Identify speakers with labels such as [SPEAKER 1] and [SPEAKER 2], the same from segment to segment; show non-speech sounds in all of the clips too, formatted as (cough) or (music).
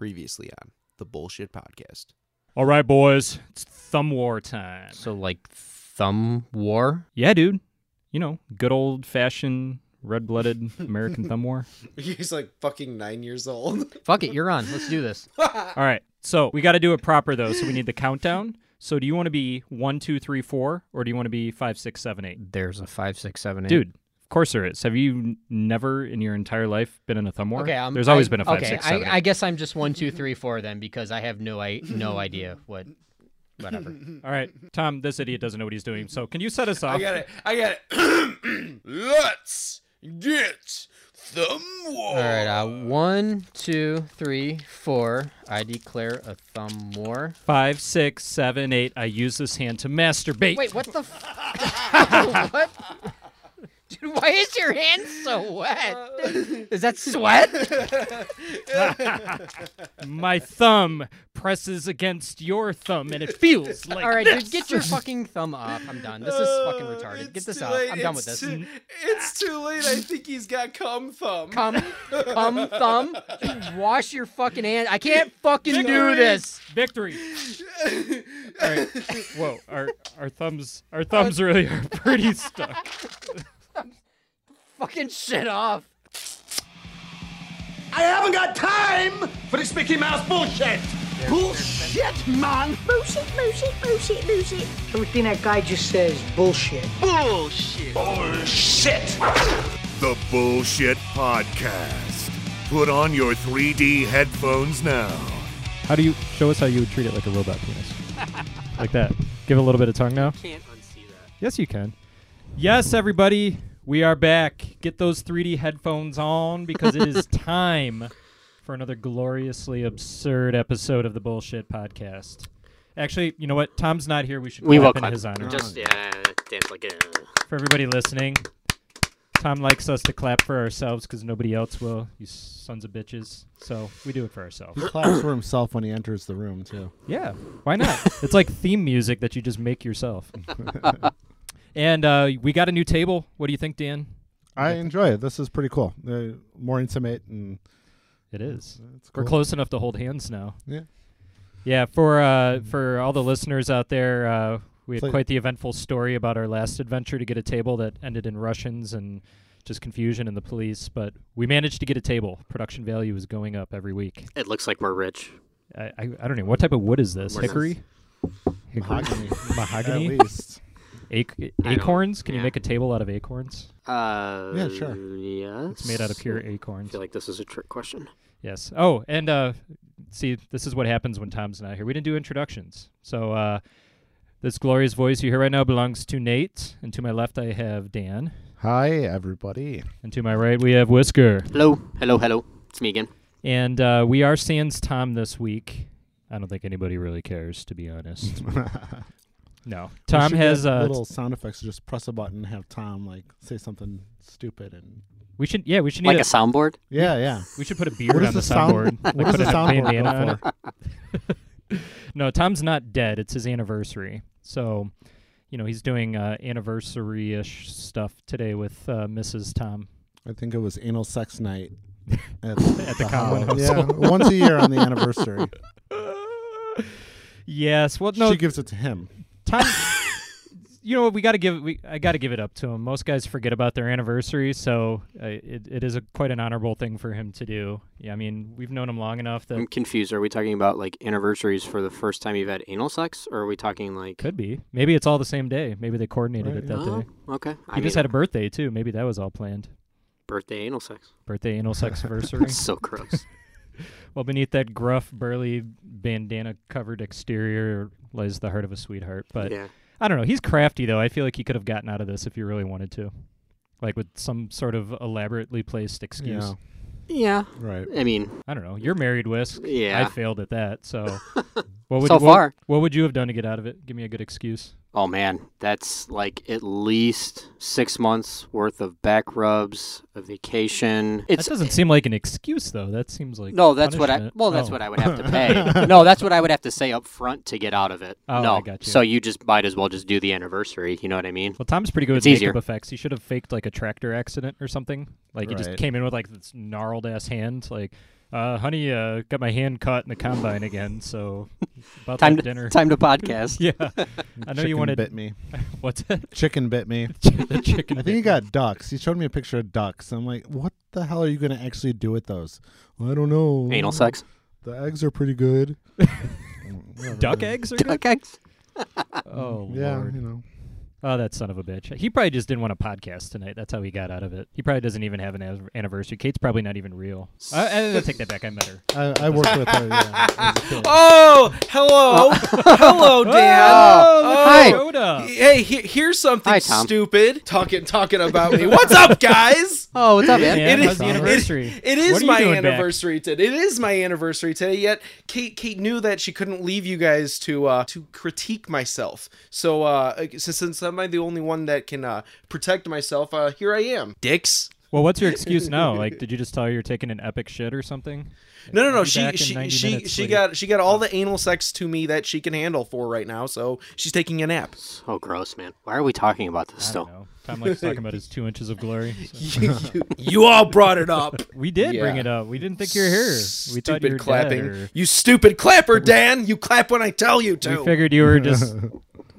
[SPEAKER 1] Previously on the Bullshit Podcast.
[SPEAKER 2] All right, boys, it's thumb war time.
[SPEAKER 3] So like thumb war?
[SPEAKER 2] Yeah, dude. You know, good old fashioned red blooded American thumb
[SPEAKER 3] (laughs)
[SPEAKER 2] war.
[SPEAKER 1] He's like fucking nine years old.
[SPEAKER 3] Fuck it, you're on. Let's do this.
[SPEAKER 2] All right. So we got to do it proper, though. So we need the countdown. So do you want to be one, two, three, four, or do you want to be five, six, seven, eight?
[SPEAKER 3] There's a five, six, seven, eight.
[SPEAKER 2] Dude, of course there is. Have you n- never in your entire life been in a thumb war?
[SPEAKER 3] Okay, um,
[SPEAKER 2] There's always
[SPEAKER 3] I-
[SPEAKER 2] been a five,
[SPEAKER 3] okay,
[SPEAKER 2] six, seven,
[SPEAKER 3] I, I
[SPEAKER 2] eight.
[SPEAKER 3] guess I'm just one, two, three, four then because I have no I no idea what whatever.
[SPEAKER 2] All right, Tom, this idiot doesn't know what he's doing. So can you set us
[SPEAKER 1] (laughs)
[SPEAKER 2] off?
[SPEAKER 1] I got it. I got it. (clears throat) Let's get thumb war.
[SPEAKER 3] All right, uh, one, two, three, four. I declare a thumb war.
[SPEAKER 2] Five, six, seven, eight. I use this hand to masturbate.
[SPEAKER 3] Wait, what the? F- what? Dude, why is your hand so wet? Is that sweat?
[SPEAKER 2] My thumb presses against your thumb, and it feels like.
[SPEAKER 3] (laughs) All right, dude, get your fucking thumb off. I'm done. This is fucking retarded. Get this off. I'm done with this.
[SPEAKER 1] it's too late. I think he's got cum thumb.
[SPEAKER 3] Come, come, thumb. Dude, wash your fucking hand. I can't fucking do
[SPEAKER 2] Victory!
[SPEAKER 3] this.
[SPEAKER 2] Victory.
[SPEAKER 3] (laughs)
[SPEAKER 2] All right. Whoa, our our thumbs our thumbs really are
[SPEAKER 3] (laughs)
[SPEAKER 2] pretty stuck.
[SPEAKER 3] Fucking shit off.
[SPEAKER 4] I haven't got time for this Mickey Mouse bullshit. Bullshit, man.
[SPEAKER 5] Bullshit, bullshit, bullshit, bullshit. Everything that guy just says, bullshit.
[SPEAKER 4] Bullshit.
[SPEAKER 6] The Bullshit Podcast. Put on your 3D headphones now.
[SPEAKER 2] How do you show us how you would treat it like a robot penis? (laughs) like that. Give it a little bit of tongue now.
[SPEAKER 3] Can't unsee that.
[SPEAKER 2] Yes, you can. Yes, everybody, we are back. Get those 3D headphones on because it
[SPEAKER 3] (laughs)
[SPEAKER 2] is time for another gloriously absurd episode of the Bullshit Podcast. Actually, you know what? Tom's not here. We should clap in his honor.
[SPEAKER 3] yeah, uh, dance like a.
[SPEAKER 2] for everybody listening, Tom likes us to clap for ourselves because nobody else will. You sons of bitches. So we do it for ourselves.
[SPEAKER 7] He claps for himself when he enters the room too.
[SPEAKER 2] Yeah, why not? (laughs) it's like theme music that you just make (laughs) yourself. and uh, we got a new table. What do you think, Dan?
[SPEAKER 7] I enjoy it. This is pretty cool. Uh, more intimate and
[SPEAKER 2] It is.
[SPEAKER 7] it's
[SPEAKER 2] We're close enough to hold hands now.
[SPEAKER 7] Yeah.
[SPEAKER 2] Yeah. For uh, for all the listeners out there, uh, we had
[SPEAKER 7] Play-
[SPEAKER 2] quite the eventful story about our last adventure to get a table that ended in Russians and just confusion and the police. But we managed to get a table. Production value is going up every week.
[SPEAKER 8] It looks like we're rich.
[SPEAKER 2] I, I, I don't know what type of wood is this?
[SPEAKER 8] What is
[SPEAKER 2] Hickory,
[SPEAKER 7] (laughs) Mahogany, at
[SPEAKER 2] mahogany,
[SPEAKER 7] least.
[SPEAKER 2] Ac-
[SPEAKER 8] don't-
[SPEAKER 2] acorns. Can you
[SPEAKER 8] yeah.
[SPEAKER 2] make a table out of acorns?
[SPEAKER 8] Uh,
[SPEAKER 7] Yeah, sure.
[SPEAKER 8] Yes.
[SPEAKER 2] It's made out of pure
[SPEAKER 8] I
[SPEAKER 2] acorns.
[SPEAKER 8] feel like this is a trick question.
[SPEAKER 2] Yes. Oh, and uh, see, this is what happens when Tom's not here. We didn't do introductions. So uh, this glorious voice you hear right now belongs to Nate, and to my left I have Dan,
[SPEAKER 7] Hi everybody.
[SPEAKER 2] and to my right we have Whisker.
[SPEAKER 8] Hello, hello, hello. It's me again.
[SPEAKER 2] And uh, we are sans Tom this week. I don't think anybody really cares, to be honest. no, Tom
[SPEAKER 7] We should
[SPEAKER 2] has
[SPEAKER 7] get
[SPEAKER 2] uh,
[SPEAKER 7] little sound effects. Just press a button and have Tom like say something stupid and
[SPEAKER 2] We should, yeah, we should need
[SPEAKER 8] Like
[SPEAKER 2] a,
[SPEAKER 8] a soundboard.
[SPEAKER 7] yeah, yeah.
[SPEAKER 2] we should put a beard
[SPEAKER 7] What
[SPEAKER 2] on
[SPEAKER 7] is
[SPEAKER 2] the
[SPEAKER 7] the sound-
[SPEAKER 2] soundboard.
[SPEAKER 7] what
[SPEAKER 2] Like,
[SPEAKER 7] is
[SPEAKER 2] put
[SPEAKER 7] the
[SPEAKER 2] a
[SPEAKER 7] soundboard
[SPEAKER 2] bandana
[SPEAKER 7] go
[SPEAKER 2] on it. (laughs) No, Tom's not dead. It's his anniversary. So, you know, he's doing uh, anniversary ish stuff today with uh, Mrs. Tom.
[SPEAKER 7] I think it was anal sex (laughs) night at,
[SPEAKER 2] At the Conway
[SPEAKER 7] house. Yeah, once a year on the (laughs) anniversary.
[SPEAKER 2] Yes. Well, no,
[SPEAKER 7] She gives it to him.
[SPEAKER 2] (laughs) Tom. you know what? We got to give. We, I got to give it up to him. Most guys forget about their anniversary, so uh, it, it is a, quite an honorable thing for him to do. Yeah, I mean, we've known him long enough that
[SPEAKER 8] I'm confused. Are we talking about like anniversaries for the first time you've had anal sex, or are we talking like?
[SPEAKER 2] could be. Maybe it's all the same day. Maybe they coordinated
[SPEAKER 7] Right,
[SPEAKER 2] it that
[SPEAKER 8] Oh,
[SPEAKER 2] day.
[SPEAKER 8] okay. I
[SPEAKER 2] He
[SPEAKER 8] mean,
[SPEAKER 2] just had a birthday too. Maybe that was all planned.
[SPEAKER 8] birthday
[SPEAKER 2] (laughs)
[SPEAKER 8] anal sex.
[SPEAKER 2] Birthday anal
[SPEAKER 8] (laughs)
[SPEAKER 2] sex anniversary. (laughs)
[SPEAKER 8] So gross.
[SPEAKER 2] Well, beneath that gruff, burly, bandana-covered exterior lies the heart of a sweetheart. But
[SPEAKER 8] yeah.
[SPEAKER 2] I don't know. He's crafty, though. I feel like he could have gotten out of this if he really wanted to, like with some sort of elaborately placed excuse.
[SPEAKER 7] Yeah.
[SPEAKER 8] Yeah.
[SPEAKER 7] Right.
[SPEAKER 8] I mean,
[SPEAKER 2] I don't know. You're married, Whisk.
[SPEAKER 8] Yeah.
[SPEAKER 2] I failed at that.
[SPEAKER 8] (laughs)
[SPEAKER 2] So, what would
[SPEAKER 8] So
[SPEAKER 2] what-
[SPEAKER 8] far.
[SPEAKER 2] what would you have done to get out of it? Give me a good excuse.
[SPEAKER 8] oh man, that's like at least
[SPEAKER 3] (laughs)
[SPEAKER 8] six months worth of back rubs, a vacation. It's
[SPEAKER 2] that doesn't seem like an excuse, though. That seems like
[SPEAKER 8] No, that's what I.
[SPEAKER 2] punishment.
[SPEAKER 8] Well, that's
[SPEAKER 2] Oh.
[SPEAKER 8] what I would have to
[SPEAKER 2] (laughs)
[SPEAKER 8] pay. no, that's what I would have to say up front to get out of it.
[SPEAKER 2] Oh,
[SPEAKER 8] no,
[SPEAKER 2] I got you.
[SPEAKER 8] so you just might as well just do the anniversary. You know what I mean?
[SPEAKER 2] Well, Tom's pretty good
[SPEAKER 8] It's
[SPEAKER 2] with
[SPEAKER 8] easier.
[SPEAKER 2] makeup effects. He should have faked like a tractor accident or something. Like he just
[SPEAKER 7] Right.
[SPEAKER 2] came in with like this gnarled ass hand. Like, Uh, honey, uh, got my hand caught in the combine again, so
[SPEAKER 8] (laughs)
[SPEAKER 2] about
[SPEAKER 8] Time
[SPEAKER 2] that (laughs)
[SPEAKER 8] to
[SPEAKER 2] dinner.
[SPEAKER 8] time to podcast.
[SPEAKER 2] Yeah, I know
[SPEAKER 7] Chicken
[SPEAKER 2] you wanted.
[SPEAKER 7] bit me.
[SPEAKER 2] (laughs) What's it?
[SPEAKER 7] Chicken bit me.
[SPEAKER 2] the chicken.
[SPEAKER 7] (laughs) I think he got ducks. He showed me a picture of ducks. I'm like, what the hell are you gonna actually do with those? "Well, I don't know.
[SPEAKER 8] Anal sex.
[SPEAKER 7] The eggs are
[SPEAKER 2] (laughs)
[SPEAKER 7] pretty good.
[SPEAKER 2] duck eggs. Are good?
[SPEAKER 8] Duck eggs.
[SPEAKER 2] Oh
[SPEAKER 7] Yeah,
[SPEAKER 2] lord.
[SPEAKER 7] you know.
[SPEAKER 2] Oh, that son of a bitch. He probably just didn't want a podcast tonight. That's how he got out of it. He probably doesn't even have an an- anniversary. Kate's probably not even real. I, I, I take that back. I met her.
[SPEAKER 7] I, I worked with her. Yeah,
[SPEAKER 2] (laughs)
[SPEAKER 7] as a kid.
[SPEAKER 9] Oh, hello,
[SPEAKER 1] (laughs)
[SPEAKER 9] hello, Dan.
[SPEAKER 2] Oh.
[SPEAKER 8] hi.
[SPEAKER 1] Oh.
[SPEAKER 2] Yoda.
[SPEAKER 9] Hey, he- here's something
[SPEAKER 8] Hi, Tom.
[SPEAKER 9] stupid. Talking, talking about me. What's up, guys?
[SPEAKER 8] Oh, what's up, man?
[SPEAKER 2] Yeah,
[SPEAKER 9] It
[SPEAKER 2] how's
[SPEAKER 9] is-
[SPEAKER 2] the
[SPEAKER 9] it-
[SPEAKER 2] anniversary?
[SPEAKER 9] It
[SPEAKER 2] What
[SPEAKER 9] is
[SPEAKER 2] are you
[SPEAKER 9] my
[SPEAKER 2] doing back?
[SPEAKER 9] anniversary today. It is my anniversary today. Yet Kate Kate knew that she couldn't leave you guys to uh, to critique myself. So uh, since since am I the only one that can uh, protect myself, uh, here I am. Dicks.
[SPEAKER 2] Well, what's your
[SPEAKER 9] (laughs)
[SPEAKER 2] excuse now? Like, did you just tell her you're taking an epic shit or something?
[SPEAKER 9] No, no,
[SPEAKER 2] I'll
[SPEAKER 9] no.
[SPEAKER 2] be
[SPEAKER 9] She
[SPEAKER 2] back in 90
[SPEAKER 9] she she
[SPEAKER 2] minutes, Oh.
[SPEAKER 9] she
[SPEAKER 2] sweetie.
[SPEAKER 9] got she got all the anal sex to me that she can handle for right now. So she's taking a nap.
[SPEAKER 8] Oh, gross, man. Why are we talking about this
[SPEAKER 2] I don't
[SPEAKER 8] still?
[SPEAKER 2] know. Tom likes talking about his two inches of glory.
[SPEAKER 9] (laughs)
[SPEAKER 2] so-
[SPEAKER 9] (laughs) you, you all brought it up.
[SPEAKER 2] We did bring
[SPEAKER 9] Yeah.
[SPEAKER 2] it up. We didn't think you were here. We thought you
[SPEAKER 9] Stupid
[SPEAKER 2] were dead
[SPEAKER 9] clapping.
[SPEAKER 2] or-
[SPEAKER 9] You stupid clapper, Dan. You clap when I tell you to.
[SPEAKER 2] We figured you
[SPEAKER 9] (laughs)
[SPEAKER 2] were just.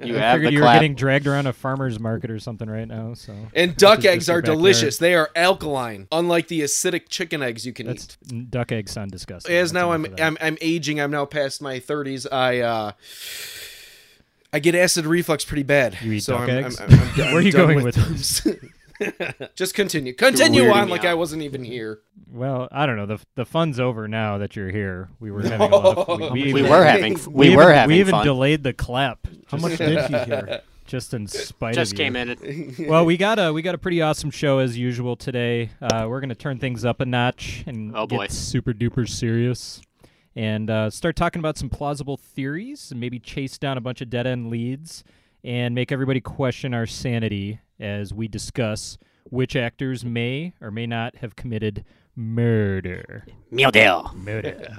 [SPEAKER 8] You
[SPEAKER 2] we
[SPEAKER 8] have
[SPEAKER 2] figured
[SPEAKER 8] the
[SPEAKER 2] you were
[SPEAKER 8] clap.
[SPEAKER 2] getting dragged around a farmer's market or something right now. So.
[SPEAKER 9] And duck
[SPEAKER 2] Just
[SPEAKER 9] eggs
[SPEAKER 2] your
[SPEAKER 9] are
[SPEAKER 2] backyard.
[SPEAKER 9] delicious. They are alkaline, unlike the acidic chicken eggs you can
[SPEAKER 2] That's
[SPEAKER 9] eat.
[SPEAKER 2] duck eggs sound disgusting.
[SPEAKER 9] As
[SPEAKER 2] That's
[SPEAKER 9] now
[SPEAKER 2] enough
[SPEAKER 9] I'm,
[SPEAKER 2] of that.
[SPEAKER 9] I'm I'm aging. I'm now past my 30s. I uh, I get acid reflux pretty bad.
[SPEAKER 2] You eat
[SPEAKER 9] so
[SPEAKER 2] duck
[SPEAKER 9] I'm,
[SPEAKER 2] eggs? (laughs)
[SPEAKER 9] I'm, I'm, I'm,
[SPEAKER 2] Where are you
[SPEAKER 9] done
[SPEAKER 2] going
[SPEAKER 9] with
[SPEAKER 2] with
[SPEAKER 9] those? (laughs) Just continue. Continue
[SPEAKER 8] weirding
[SPEAKER 9] on
[SPEAKER 8] me
[SPEAKER 9] like
[SPEAKER 8] out.
[SPEAKER 9] I wasn't even here.
[SPEAKER 2] Well, I don't know. The the fun's over now that you're here.
[SPEAKER 9] (laughs)
[SPEAKER 2] We were having a lot of. We,
[SPEAKER 8] We
[SPEAKER 2] even- (laughs)
[SPEAKER 8] were having f- we,
[SPEAKER 2] even-
[SPEAKER 8] were having
[SPEAKER 2] We even
[SPEAKER 8] fun.
[SPEAKER 2] delayed the clap.
[SPEAKER 7] How much did he hear?
[SPEAKER 2] Just in spite
[SPEAKER 8] Just
[SPEAKER 2] of
[SPEAKER 8] came
[SPEAKER 2] you.
[SPEAKER 8] in. It,
[SPEAKER 2] Well, we got a we got a pretty awesome show as usual today. Uh, we're gonna turn things up a notch and
[SPEAKER 8] Oh, boy.
[SPEAKER 2] get super duper serious, and uh, start talking about some plausible theories, and maybe chase down a bunch of dead end leads, and make everybody question our sanity as we discuss which actors may or may not have committed murder.
[SPEAKER 8] meal deal.
[SPEAKER 2] Murder.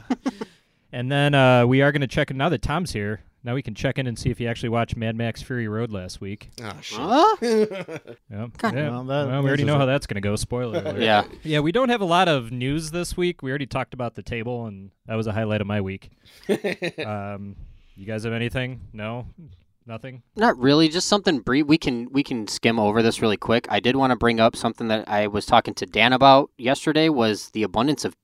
[SPEAKER 2] and then uh, we are gonna check in now that Tom's here. Now we can check in and see if he actually watched Mad Max Fury Road last week.
[SPEAKER 9] Oh, shit.
[SPEAKER 8] Huh?
[SPEAKER 2] Yep. Yeah.
[SPEAKER 7] Well,
[SPEAKER 2] Well,
[SPEAKER 7] that-
[SPEAKER 2] we already
[SPEAKER 7] this
[SPEAKER 2] know
[SPEAKER 7] is
[SPEAKER 2] how
[SPEAKER 7] it.
[SPEAKER 2] that's going to go. Spoiler alert.
[SPEAKER 8] Yeah.
[SPEAKER 2] Yeah, we don't have a lot of news this week. We already talked about the table, and that was a highlight of my
[SPEAKER 8] (laughs)
[SPEAKER 2] week. um, you guys have anything? No? Nothing?
[SPEAKER 8] Not really. Just something brief. We can we can skim over this really quick. I did want to bring up something that I was talking to Dan about yesterday. Was the abundance of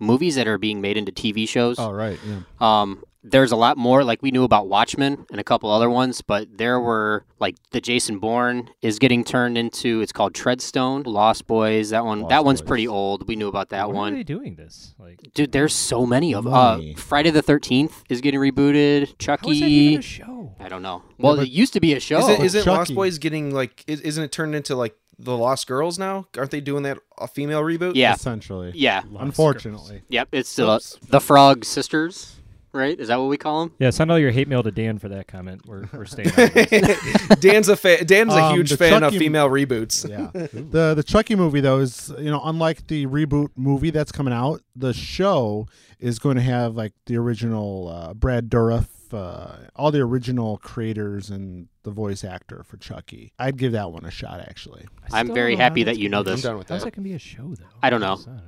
[SPEAKER 8] movies that are being made into TV shows.
[SPEAKER 7] Oh right, yeah.
[SPEAKER 8] Um, there's a lot more. Like we knew about Watchmen and a couple other ones, but there were like the Jason Bourne is getting turned into. It's called Treadstone. Lost Boys. That one. that one's pretty old. We knew about that
[SPEAKER 2] Why
[SPEAKER 8] one.
[SPEAKER 2] are they doing this? Like,
[SPEAKER 8] Dude, there's so many of uh,
[SPEAKER 7] Money.
[SPEAKER 8] Friday the Thirteenth is getting rebooted.
[SPEAKER 2] how is that even
[SPEAKER 8] Chucky.
[SPEAKER 2] a show?
[SPEAKER 8] I don't know. Well, it used to be a show.
[SPEAKER 9] Is it, is it Lost
[SPEAKER 7] Chucky.
[SPEAKER 9] Boys getting like? Is, isn't it turned into like the Lost Girls now? Aren't they doing that a female reboot?
[SPEAKER 8] yeah,
[SPEAKER 7] Essentially.
[SPEAKER 8] yeah,
[SPEAKER 7] Unfortunately.
[SPEAKER 8] yep. It's still uh, the Frog Sisters, right? Is that what we call them?
[SPEAKER 2] Yeah, send all your hate mail to Dan for that comment. We're, we're
[SPEAKER 8] (laughs)
[SPEAKER 2] staying out of this.
[SPEAKER 9] (laughs) Dan's a fa- Dan's a
[SPEAKER 7] Um,
[SPEAKER 9] huge
[SPEAKER 7] the
[SPEAKER 9] fan
[SPEAKER 7] Chucky-
[SPEAKER 9] of female reboots.
[SPEAKER 7] (laughs) Yeah. the the Chucky movie though is you know unlike the reboot movie that's coming out, the show is going to have like the original uh, Brad Dourif, uh, all the original creators and the voice actor for Chucky. I'd give that one a shot actually.
[SPEAKER 2] I
[SPEAKER 8] I'm
[SPEAKER 2] still
[SPEAKER 8] very
[SPEAKER 2] don't know how
[SPEAKER 8] happy
[SPEAKER 2] that's
[SPEAKER 8] that you know
[SPEAKER 2] gonna be-
[SPEAKER 8] this.
[SPEAKER 9] I'm done with
[SPEAKER 2] How's
[SPEAKER 9] that.
[SPEAKER 2] that going to be a show, though?
[SPEAKER 8] I don't know.
[SPEAKER 2] I don't know.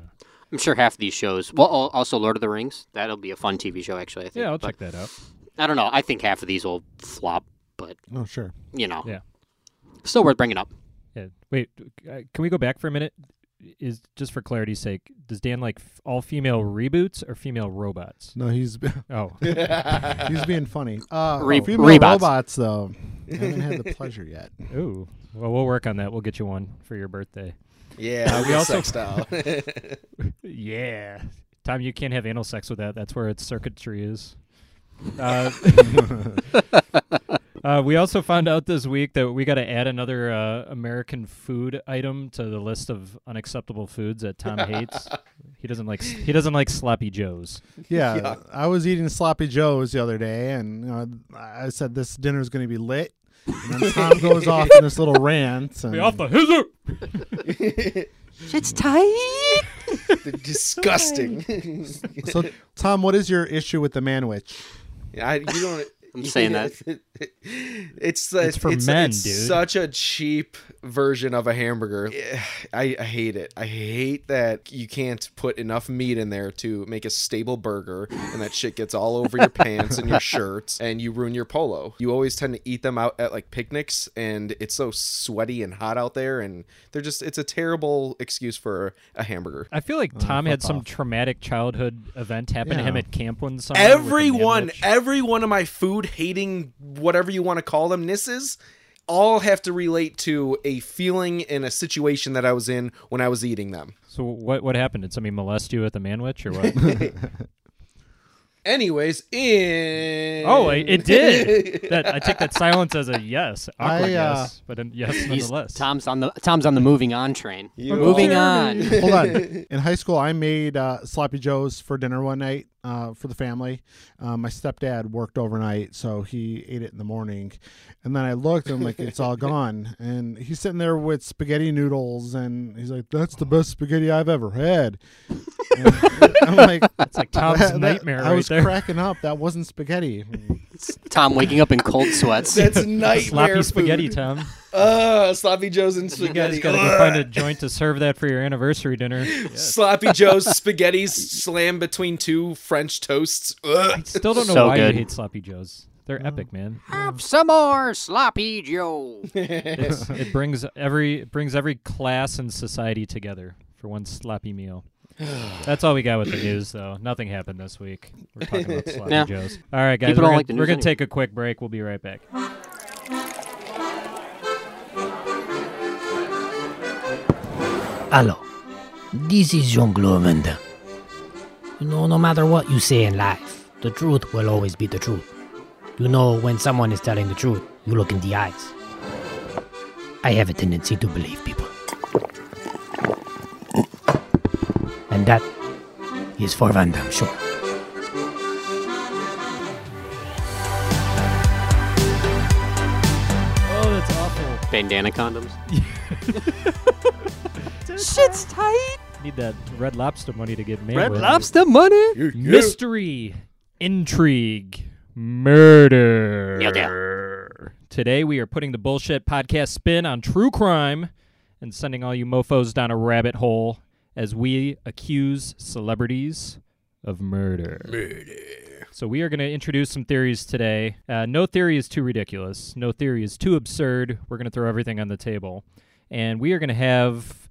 [SPEAKER 8] I'm sure half of these shows. Well, al- also Lord of the Rings. That'll be a fun TV show, actually. I think.
[SPEAKER 2] Yeah, I'll
[SPEAKER 8] but
[SPEAKER 2] check that out.
[SPEAKER 8] I don't know. I think half of these will flop, but
[SPEAKER 7] Oh sure.
[SPEAKER 8] you know,
[SPEAKER 2] Yeah.
[SPEAKER 8] still worth bringing up.
[SPEAKER 2] Yeah. Wait, uh, can we go back for a minute? Is just for clarity's sake, does Dan like f- all female reboots or female robots?
[SPEAKER 7] No, he's (laughs)
[SPEAKER 2] Oh,
[SPEAKER 7] he's being funny. Uh,
[SPEAKER 8] Re-
[SPEAKER 7] female
[SPEAKER 8] rebots.
[SPEAKER 7] robots though. I haven't had the pleasure yet.
[SPEAKER 2] ooh. Well, we'll work on that. We'll get you one for your birthday.
[SPEAKER 9] Yeah, we
[SPEAKER 2] Uh, also-
[SPEAKER 9] also style.
[SPEAKER 2] (laughs) Yeah. Tom, you can't have anal sex with that. That's where its circuitry is. Uh, uh, we also found out this week that we got to add another uh, American food item to the list of unacceptable foods that Tom hates. he doesn't like. He doesn't like sloppy joes.
[SPEAKER 7] (laughs) Yeah, I was eating sloppy joes the other day, and you know, I said this dinner's going to be lit. And then Tom goes off in this little rant. And
[SPEAKER 2] hizzer.
[SPEAKER 8] It's tight.
[SPEAKER 9] (laughs) Disgusting.
[SPEAKER 7] so, Tom, what is your issue with the manwich?
[SPEAKER 9] I, you don't.
[SPEAKER 8] (laughs) I'm saying that.
[SPEAKER 9] (laughs) it's the-
[SPEAKER 2] It's for
[SPEAKER 9] it's,
[SPEAKER 2] men,
[SPEAKER 9] it's
[SPEAKER 2] dude.
[SPEAKER 9] Such a cheap version of a hamburger. I, I hate it. I hate that you can't put enough meat in there to make a stable burger, and that shit gets all over your pants
[SPEAKER 2] (laughs)
[SPEAKER 9] and your shirts, and you ruin your polo. You always tend to eat them out at like picnics, and it's so sweaty and hot out there, and they're just it's a terrible excuse for a hamburger.
[SPEAKER 2] I feel like Tom had some traumatic childhood event happen to him
[SPEAKER 7] Yeah.
[SPEAKER 2] at camp one summer. with an
[SPEAKER 9] everyone, e-
[SPEAKER 2] sandwich.
[SPEAKER 9] every one of my food hating whatever you want to call them nisses all have to relate to a feeling and a situation that I was in when I was eating them.
[SPEAKER 2] so what what happened? Did somebody molest you at the manwich or what?
[SPEAKER 9] Anyways, in
[SPEAKER 2] oh, it,
[SPEAKER 9] (laughs)
[SPEAKER 2] it did. That I take that silence as a yes, awkward
[SPEAKER 7] I, uh,
[SPEAKER 2] yes, but a yes
[SPEAKER 8] He's-
[SPEAKER 2] nonetheless.
[SPEAKER 8] Tom's on the Tom's on the moving on train.
[SPEAKER 9] You
[SPEAKER 8] moving
[SPEAKER 9] are.
[SPEAKER 8] on.
[SPEAKER 7] Hold on. In high school, I made uh, sloppy joes for dinner one night uh, for the family. Um, my stepdad worked overnight, so he ate it in the morning. And then I looked, and I'm like, it's all gone. And he's sitting there with spaghetti noodles, and he's like, that's the best spaghetti I've ever had. And (laughs) I'm like,
[SPEAKER 2] (laughs)
[SPEAKER 7] that's
[SPEAKER 2] like Tom's
[SPEAKER 7] (laughs)
[SPEAKER 2] nightmare
[SPEAKER 7] I
[SPEAKER 2] right
[SPEAKER 7] was
[SPEAKER 2] there.
[SPEAKER 7] (laughs) cracking up. That wasn't spaghetti.
[SPEAKER 8] Tom waking up in cold (laughs)
[SPEAKER 9] (laughs)
[SPEAKER 8] sweats.
[SPEAKER 9] That's nightmare
[SPEAKER 2] Sloppy
[SPEAKER 9] food.
[SPEAKER 2] spaghetti, Tom.
[SPEAKER 9] Ugh, sloppy joes and
[SPEAKER 2] You guys
[SPEAKER 9] spaghetti.
[SPEAKER 2] gotta
[SPEAKER 9] Ugh. (laughs)
[SPEAKER 2] go find a joint to serve that for your anniversary dinner. Yes. (laughs)
[SPEAKER 9] sloppy joes spaghetti slam between two French toasts. Ugh.
[SPEAKER 2] Still don't know
[SPEAKER 8] So
[SPEAKER 2] why
[SPEAKER 8] good.
[SPEAKER 2] you hate sloppy joes. They're epic, man.
[SPEAKER 8] Have some more sloppy Joe.
[SPEAKER 2] It's, (laughs) it brings every it brings every class in society together for one sloppy meal. That's all we got with the news, though. Nothing happened this week. We're talking about sloppy
[SPEAKER 8] Yeah.
[SPEAKER 2] joes. All right, guys,
[SPEAKER 8] People
[SPEAKER 2] we're,
[SPEAKER 8] don't
[SPEAKER 2] gonna,
[SPEAKER 8] like the
[SPEAKER 2] we're
[SPEAKER 8] news
[SPEAKER 2] gonna
[SPEAKER 8] anyway.
[SPEAKER 2] take a quick break. We'll be right back.
[SPEAKER 5] Hello, this is John Glovend. You know, no matter what you say in life, the truth will always be the truth. You know, when someone is telling the truth, you look in the eyes. I have a tendency to believe people. And that is for Van Damme, sure.
[SPEAKER 2] Oh, that's awful.
[SPEAKER 8] Bandana condoms.
[SPEAKER 2] Shit's tight. Need that red lobster money to get made. with.
[SPEAKER 8] money.
[SPEAKER 2] Mystery, intrigue, murder. Today we are putting the bullshit podcast spin on true crime and sending all you mofos down a rabbit hole as we accuse celebrities of murder. Murder. So we are going to introduce some theories today. Uh, no theory is too ridiculous. No theory is too absurd. We're going to throw everything on the table, and we are going to have.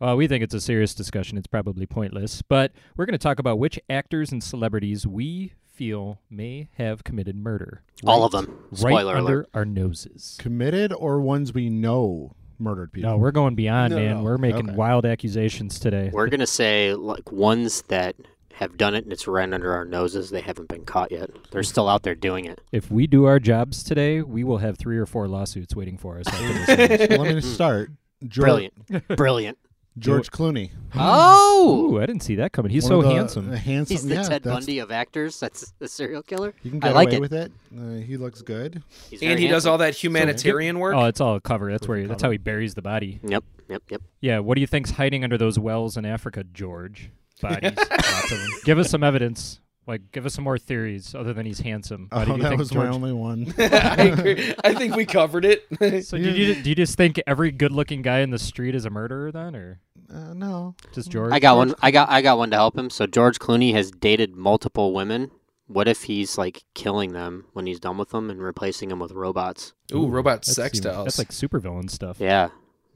[SPEAKER 2] Well, we think it's a serious discussion. It's probably pointless, but we're going to talk about which actors and celebrities we feel may have committed murder.
[SPEAKER 8] All of them. Spoiler
[SPEAKER 2] right
[SPEAKER 8] alert.
[SPEAKER 2] under our noses.
[SPEAKER 7] Committed or ones we know murdered people?
[SPEAKER 2] No, we're going beyond, man. We're making
[SPEAKER 7] Okay.
[SPEAKER 2] wild accusations today.
[SPEAKER 8] We're gonna say like ones that have done it and it's right under our noses. They haven't been caught yet. They're still out there doing it.
[SPEAKER 2] If we do our jobs today, we will have three or four lawsuits waiting for
[SPEAKER 7] (laughs)
[SPEAKER 2] us. after this.
[SPEAKER 7] So let
[SPEAKER 2] (laughs)
[SPEAKER 7] me start. George,
[SPEAKER 8] Brilliant. Brilliant.
[SPEAKER 7] George Clooney.
[SPEAKER 8] Oh.
[SPEAKER 2] Ooh, I didn't see that coming. He's
[SPEAKER 7] One
[SPEAKER 2] so
[SPEAKER 7] of the-
[SPEAKER 2] handsome.
[SPEAKER 7] (laughs) the handsome.
[SPEAKER 8] He's the
[SPEAKER 7] yeah,
[SPEAKER 8] Ted
[SPEAKER 7] that's-
[SPEAKER 8] Bundy of actors. That's the serial killer.
[SPEAKER 7] You can
[SPEAKER 8] I
[SPEAKER 7] get
[SPEAKER 8] like
[SPEAKER 7] away
[SPEAKER 8] it.
[SPEAKER 7] with it. Uh, he looks good.
[SPEAKER 8] He's very
[SPEAKER 9] And he does
[SPEAKER 8] handsome.
[SPEAKER 9] all that humanitarian work.
[SPEAKER 2] Oh, it's all a cover. That's where. He, that's how he buries the body.
[SPEAKER 8] Yep. Yep. Yep.
[SPEAKER 2] Yeah. What do you think's hiding under those wells in Africa, George? Bodies. lots of them. Give us some evidence. Like, give us some more theories other than he's handsome. Why do
[SPEAKER 7] Oh,
[SPEAKER 2] you
[SPEAKER 7] that
[SPEAKER 2] think
[SPEAKER 7] was
[SPEAKER 2] George,
[SPEAKER 7] my only
[SPEAKER 8] (laughs)
[SPEAKER 7] one.
[SPEAKER 2] Oh.
[SPEAKER 9] I agree. (laughs) I think we covered it.
[SPEAKER 2] (laughs) So do you, do you just think every good-looking guy in the street is a murderer then, or
[SPEAKER 7] Uh, no.
[SPEAKER 2] just George?
[SPEAKER 8] I got one. I got. I got one to help him. So George Clooney has dated multiple women. What if he's like killing them when he's done with them and replacing them with robots?
[SPEAKER 9] Ooh, robot
[SPEAKER 2] That's
[SPEAKER 9] sex
[SPEAKER 2] even- That's
[SPEAKER 9] dolls.
[SPEAKER 2] like supervillain stuff.
[SPEAKER 8] Yeah,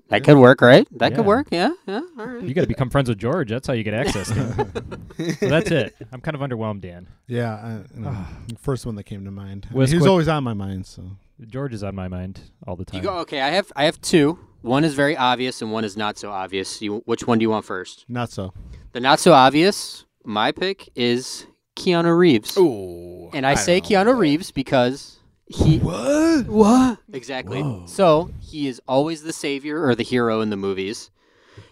[SPEAKER 8] that could work, right? That
[SPEAKER 2] Yeah.
[SPEAKER 8] could work. Yeah. Yeah. All right.
[SPEAKER 2] You got to become friends with George. That's how you get access to him. so that's it. I'm kind of underwhelmed, Dan.
[SPEAKER 7] Yeah. I, you know,
[SPEAKER 2] Ah.
[SPEAKER 7] the first one that came to mind. I mean,
[SPEAKER 2] Was
[SPEAKER 7] he's
[SPEAKER 2] quick-
[SPEAKER 7] always on my mind. So
[SPEAKER 2] George is on my mind all the
[SPEAKER 8] You
[SPEAKER 2] time.
[SPEAKER 8] go. Okay. I have. I have two. One is very obvious and one is not so obvious. You. Which one do you want first?
[SPEAKER 7] not so.
[SPEAKER 8] The not so obvious. My pick is Keanu Reeves.
[SPEAKER 9] Ooh.
[SPEAKER 8] And I, say Keanu Reeves because he what what exactly. So he is always the savior or the hero in the movies,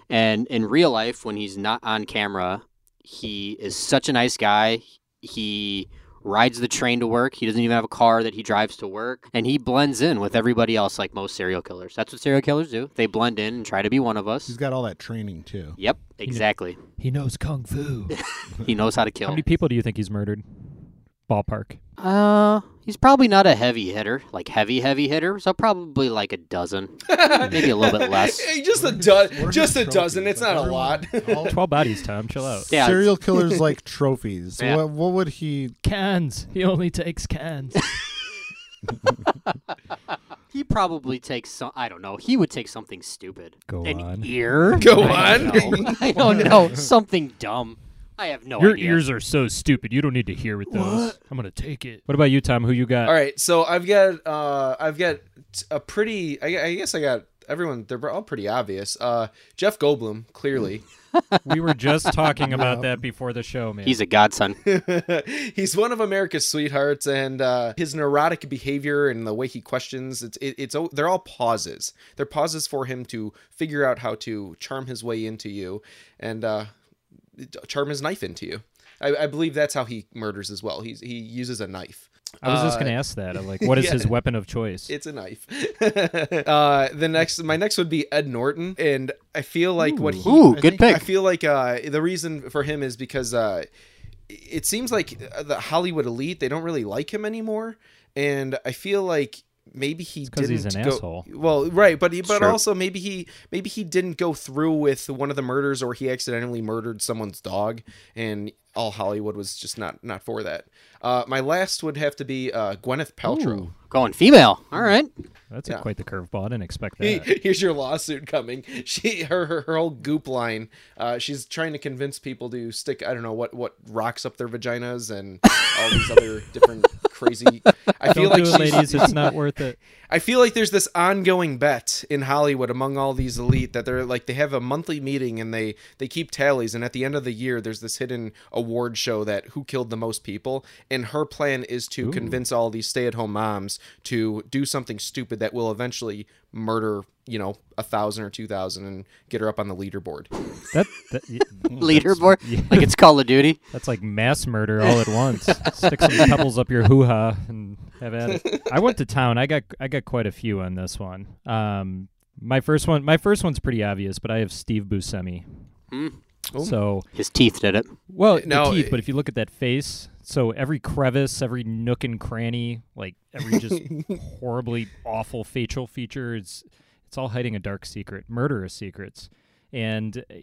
[SPEAKER 8] and in real life when he's not on camera, he is such a nice guy. He rides the train to work. He doesn't even have a car that he drives to work, and he blends in with everybody else like most serial killers. That's what serial killers do. They blend in and try to be one of
[SPEAKER 7] He's
[SPEAKER 8] us.
[SPEAKER 7] got all that training too.
[SPEAKER 8] Yep, exactly.
[SPEAKER 2] He knows kung fu.
[SPEAKER 8] (laughs) He knows how to
[SPEAKER 2] How
[SPEAKER 8] kill.
[SPEAKER 2] many people do you think he's murdered? ballpark?
[SPEAKER 8] Uh, he's probably not a heavy hitter, like heavy heavy hitter. So probably like a (laughs) dozen, maybe a little bit less. (laughs)
[SPEAKER 9] Hey, just a dozen. (laughs) Just a dozen. It's not a
[SPEAKER 7] (laughs)
[SPEAKER 9] lot. (laughs)
[SPEAKER 2] (laughs)
[SPEAKER 7] All
[SPEAKER 2] Twelve bodies, Tom. Chill out.
[SPEAKER 8] Yeah, it's-
[SPEAKER 7] serial killers like trophies.
[SPEAKER 8] Yeah.
[SPEAKER 7] What, what would he?
[SPEAKER 2] (laughs) Cans. He only takes cans.
[SPEAKER 8] He probably takes some. I don't know. He would take something stupid.
[SPEAKER 2] (laughs) Go
[SPEAKER 8] An
[SPEAKER 2] on.
[SPEAKER 8] (laughs) ear.
[SPEAKER 9] Go
[SPEAKER 8] I don't know. I don't know. Something dumb. I have no
[SPEAKER 2] Your
[SPEAKER 8] idea.
[SPEAKER 2] ears are so stupid. You don't need to hear with those. I'm gonna take it. What about you, Tom? Who you
[SPEAKER 9] (laughs)
[SPEAKER 2] got?
[SPEAKER 9] All right, so I've got uh, I've got t- a pretty. I, I guess I got everyone. They're all pretty obvious. Uh, Jeff Goldblum, clearly, (laughs)
[SPEAKER 2] We were just talking about that before the show, man.
[SPEAKER 8] He's a godson.
[SPEAKER 9] he's one of America's sweethearts, and uh, his neurotic behavior and the way he questions it's it, it's o- they're all pauses. They're pauses for him to figure out how to charm his way into you, and uh, charm his knife into you. I, I believe that's how he murders as well. He's, he uses a knife.
[SPEAKER 2] I was just
[SPEAKER 9] Uh,
[SPEAKER 2] gonna ask that. I'm like, what is
[SPEAKER 9] (laughs) yeah.
[SPEAKER 2] his weapon of choice?
[SPEAKER 9] It's a knife. (laughs) uh, the next, my next would be Ed Norton, and I feel like what he.
[SPEAKER 8] Ooh,
[SPEAKER 9] I
[SPEAKER 8] good
[SPEAKER 9] think-
[SPEAKER 8] pick.
[SPEAKER 9] I feel like uh, the reason for him is because uh, it seems like the Hollywood elite they don't really like him anymore, and I feel like maybe he
[SPEAKER 2] 'cause
[SPEAKER 9] didn't
[SPEAKER 2] he's an
[SPEAKER 9] go,
[SPEAKER 2] asshole.
[SPEAKER 9] Well, right, but he, but
[SPEAKER 8] Sure.
[SPEAKER 9] also maybe he maybe he didn't go through with one of the murders, or he accidentally murdered someone's dog, and all Hollywood was just not not for that. Uh, my last would have to be uh, Gwyneth Paltrow.
[SPEAKER 8] Going female. All (laughs) right.
[SPEAKER 2] That's
[SPEAKER 9] yeah.
[SPEAKER 2] quite the curveball. I didn't expect
[SPEAKER 9] (laughs) He-
[SPEAKER 2] that.
[SPEAKER 9] here's your lawsuit coming. She her her, her whole goop line. Uh, she's trying to convince people to stick I don't know what what rocks up their vaginas and all these other different crazy. I feel
[SPEAKER 2] Don't
[SPEAKER 9] like
[SPEAKER 2] do it,
[SPEAKER 9] she's-
[SPEAKER 2] ladies.
[SPEAKER 9] (laughs)
[SPEAKER 2] It's not worth it.
[SPEAKER 9] I feel like there's this ongoing bet in Hollywood among all these elite that they're like they have a monthly meeting and they they keep tallies and at the end of the year there's this hidden award show that who killed the most people and her plan is to convince all these stay-at-home moms to do something stupid that will eventually murder you know a thousand or two thousand and get her up on the leaderboard.
[SPEAKER 2] That, that y-
[SPEAKER 8] Leaderboard.
[SPEAKER 2] yeah.
[SPEAKER 8] Like it's Call of Duty.
[SPEAKER 2] That's like mass murder all at once. Stick some pebbles up your hoo ha and have at it. I went to town. I got I got quite a few on this one. Um, my first one, my first one's pretty obvious, but I have Steve Buscemi. So
[SPEAKER 8] His teeth did it.
[SPEAKER 2] well, the
[SPEAKER 9] No,
[SPEAKER 2] teeth,
[SPEAKER 9] it-
[SPEAKER 2] but if you look at that face, so every crevice, every nook and cranny, like
[SPEAKER 9] (laughs)
[SPEAKER 2] every just horribly awful facial feature, it's it's all hiding a dark secret, murderous secrets, and uh,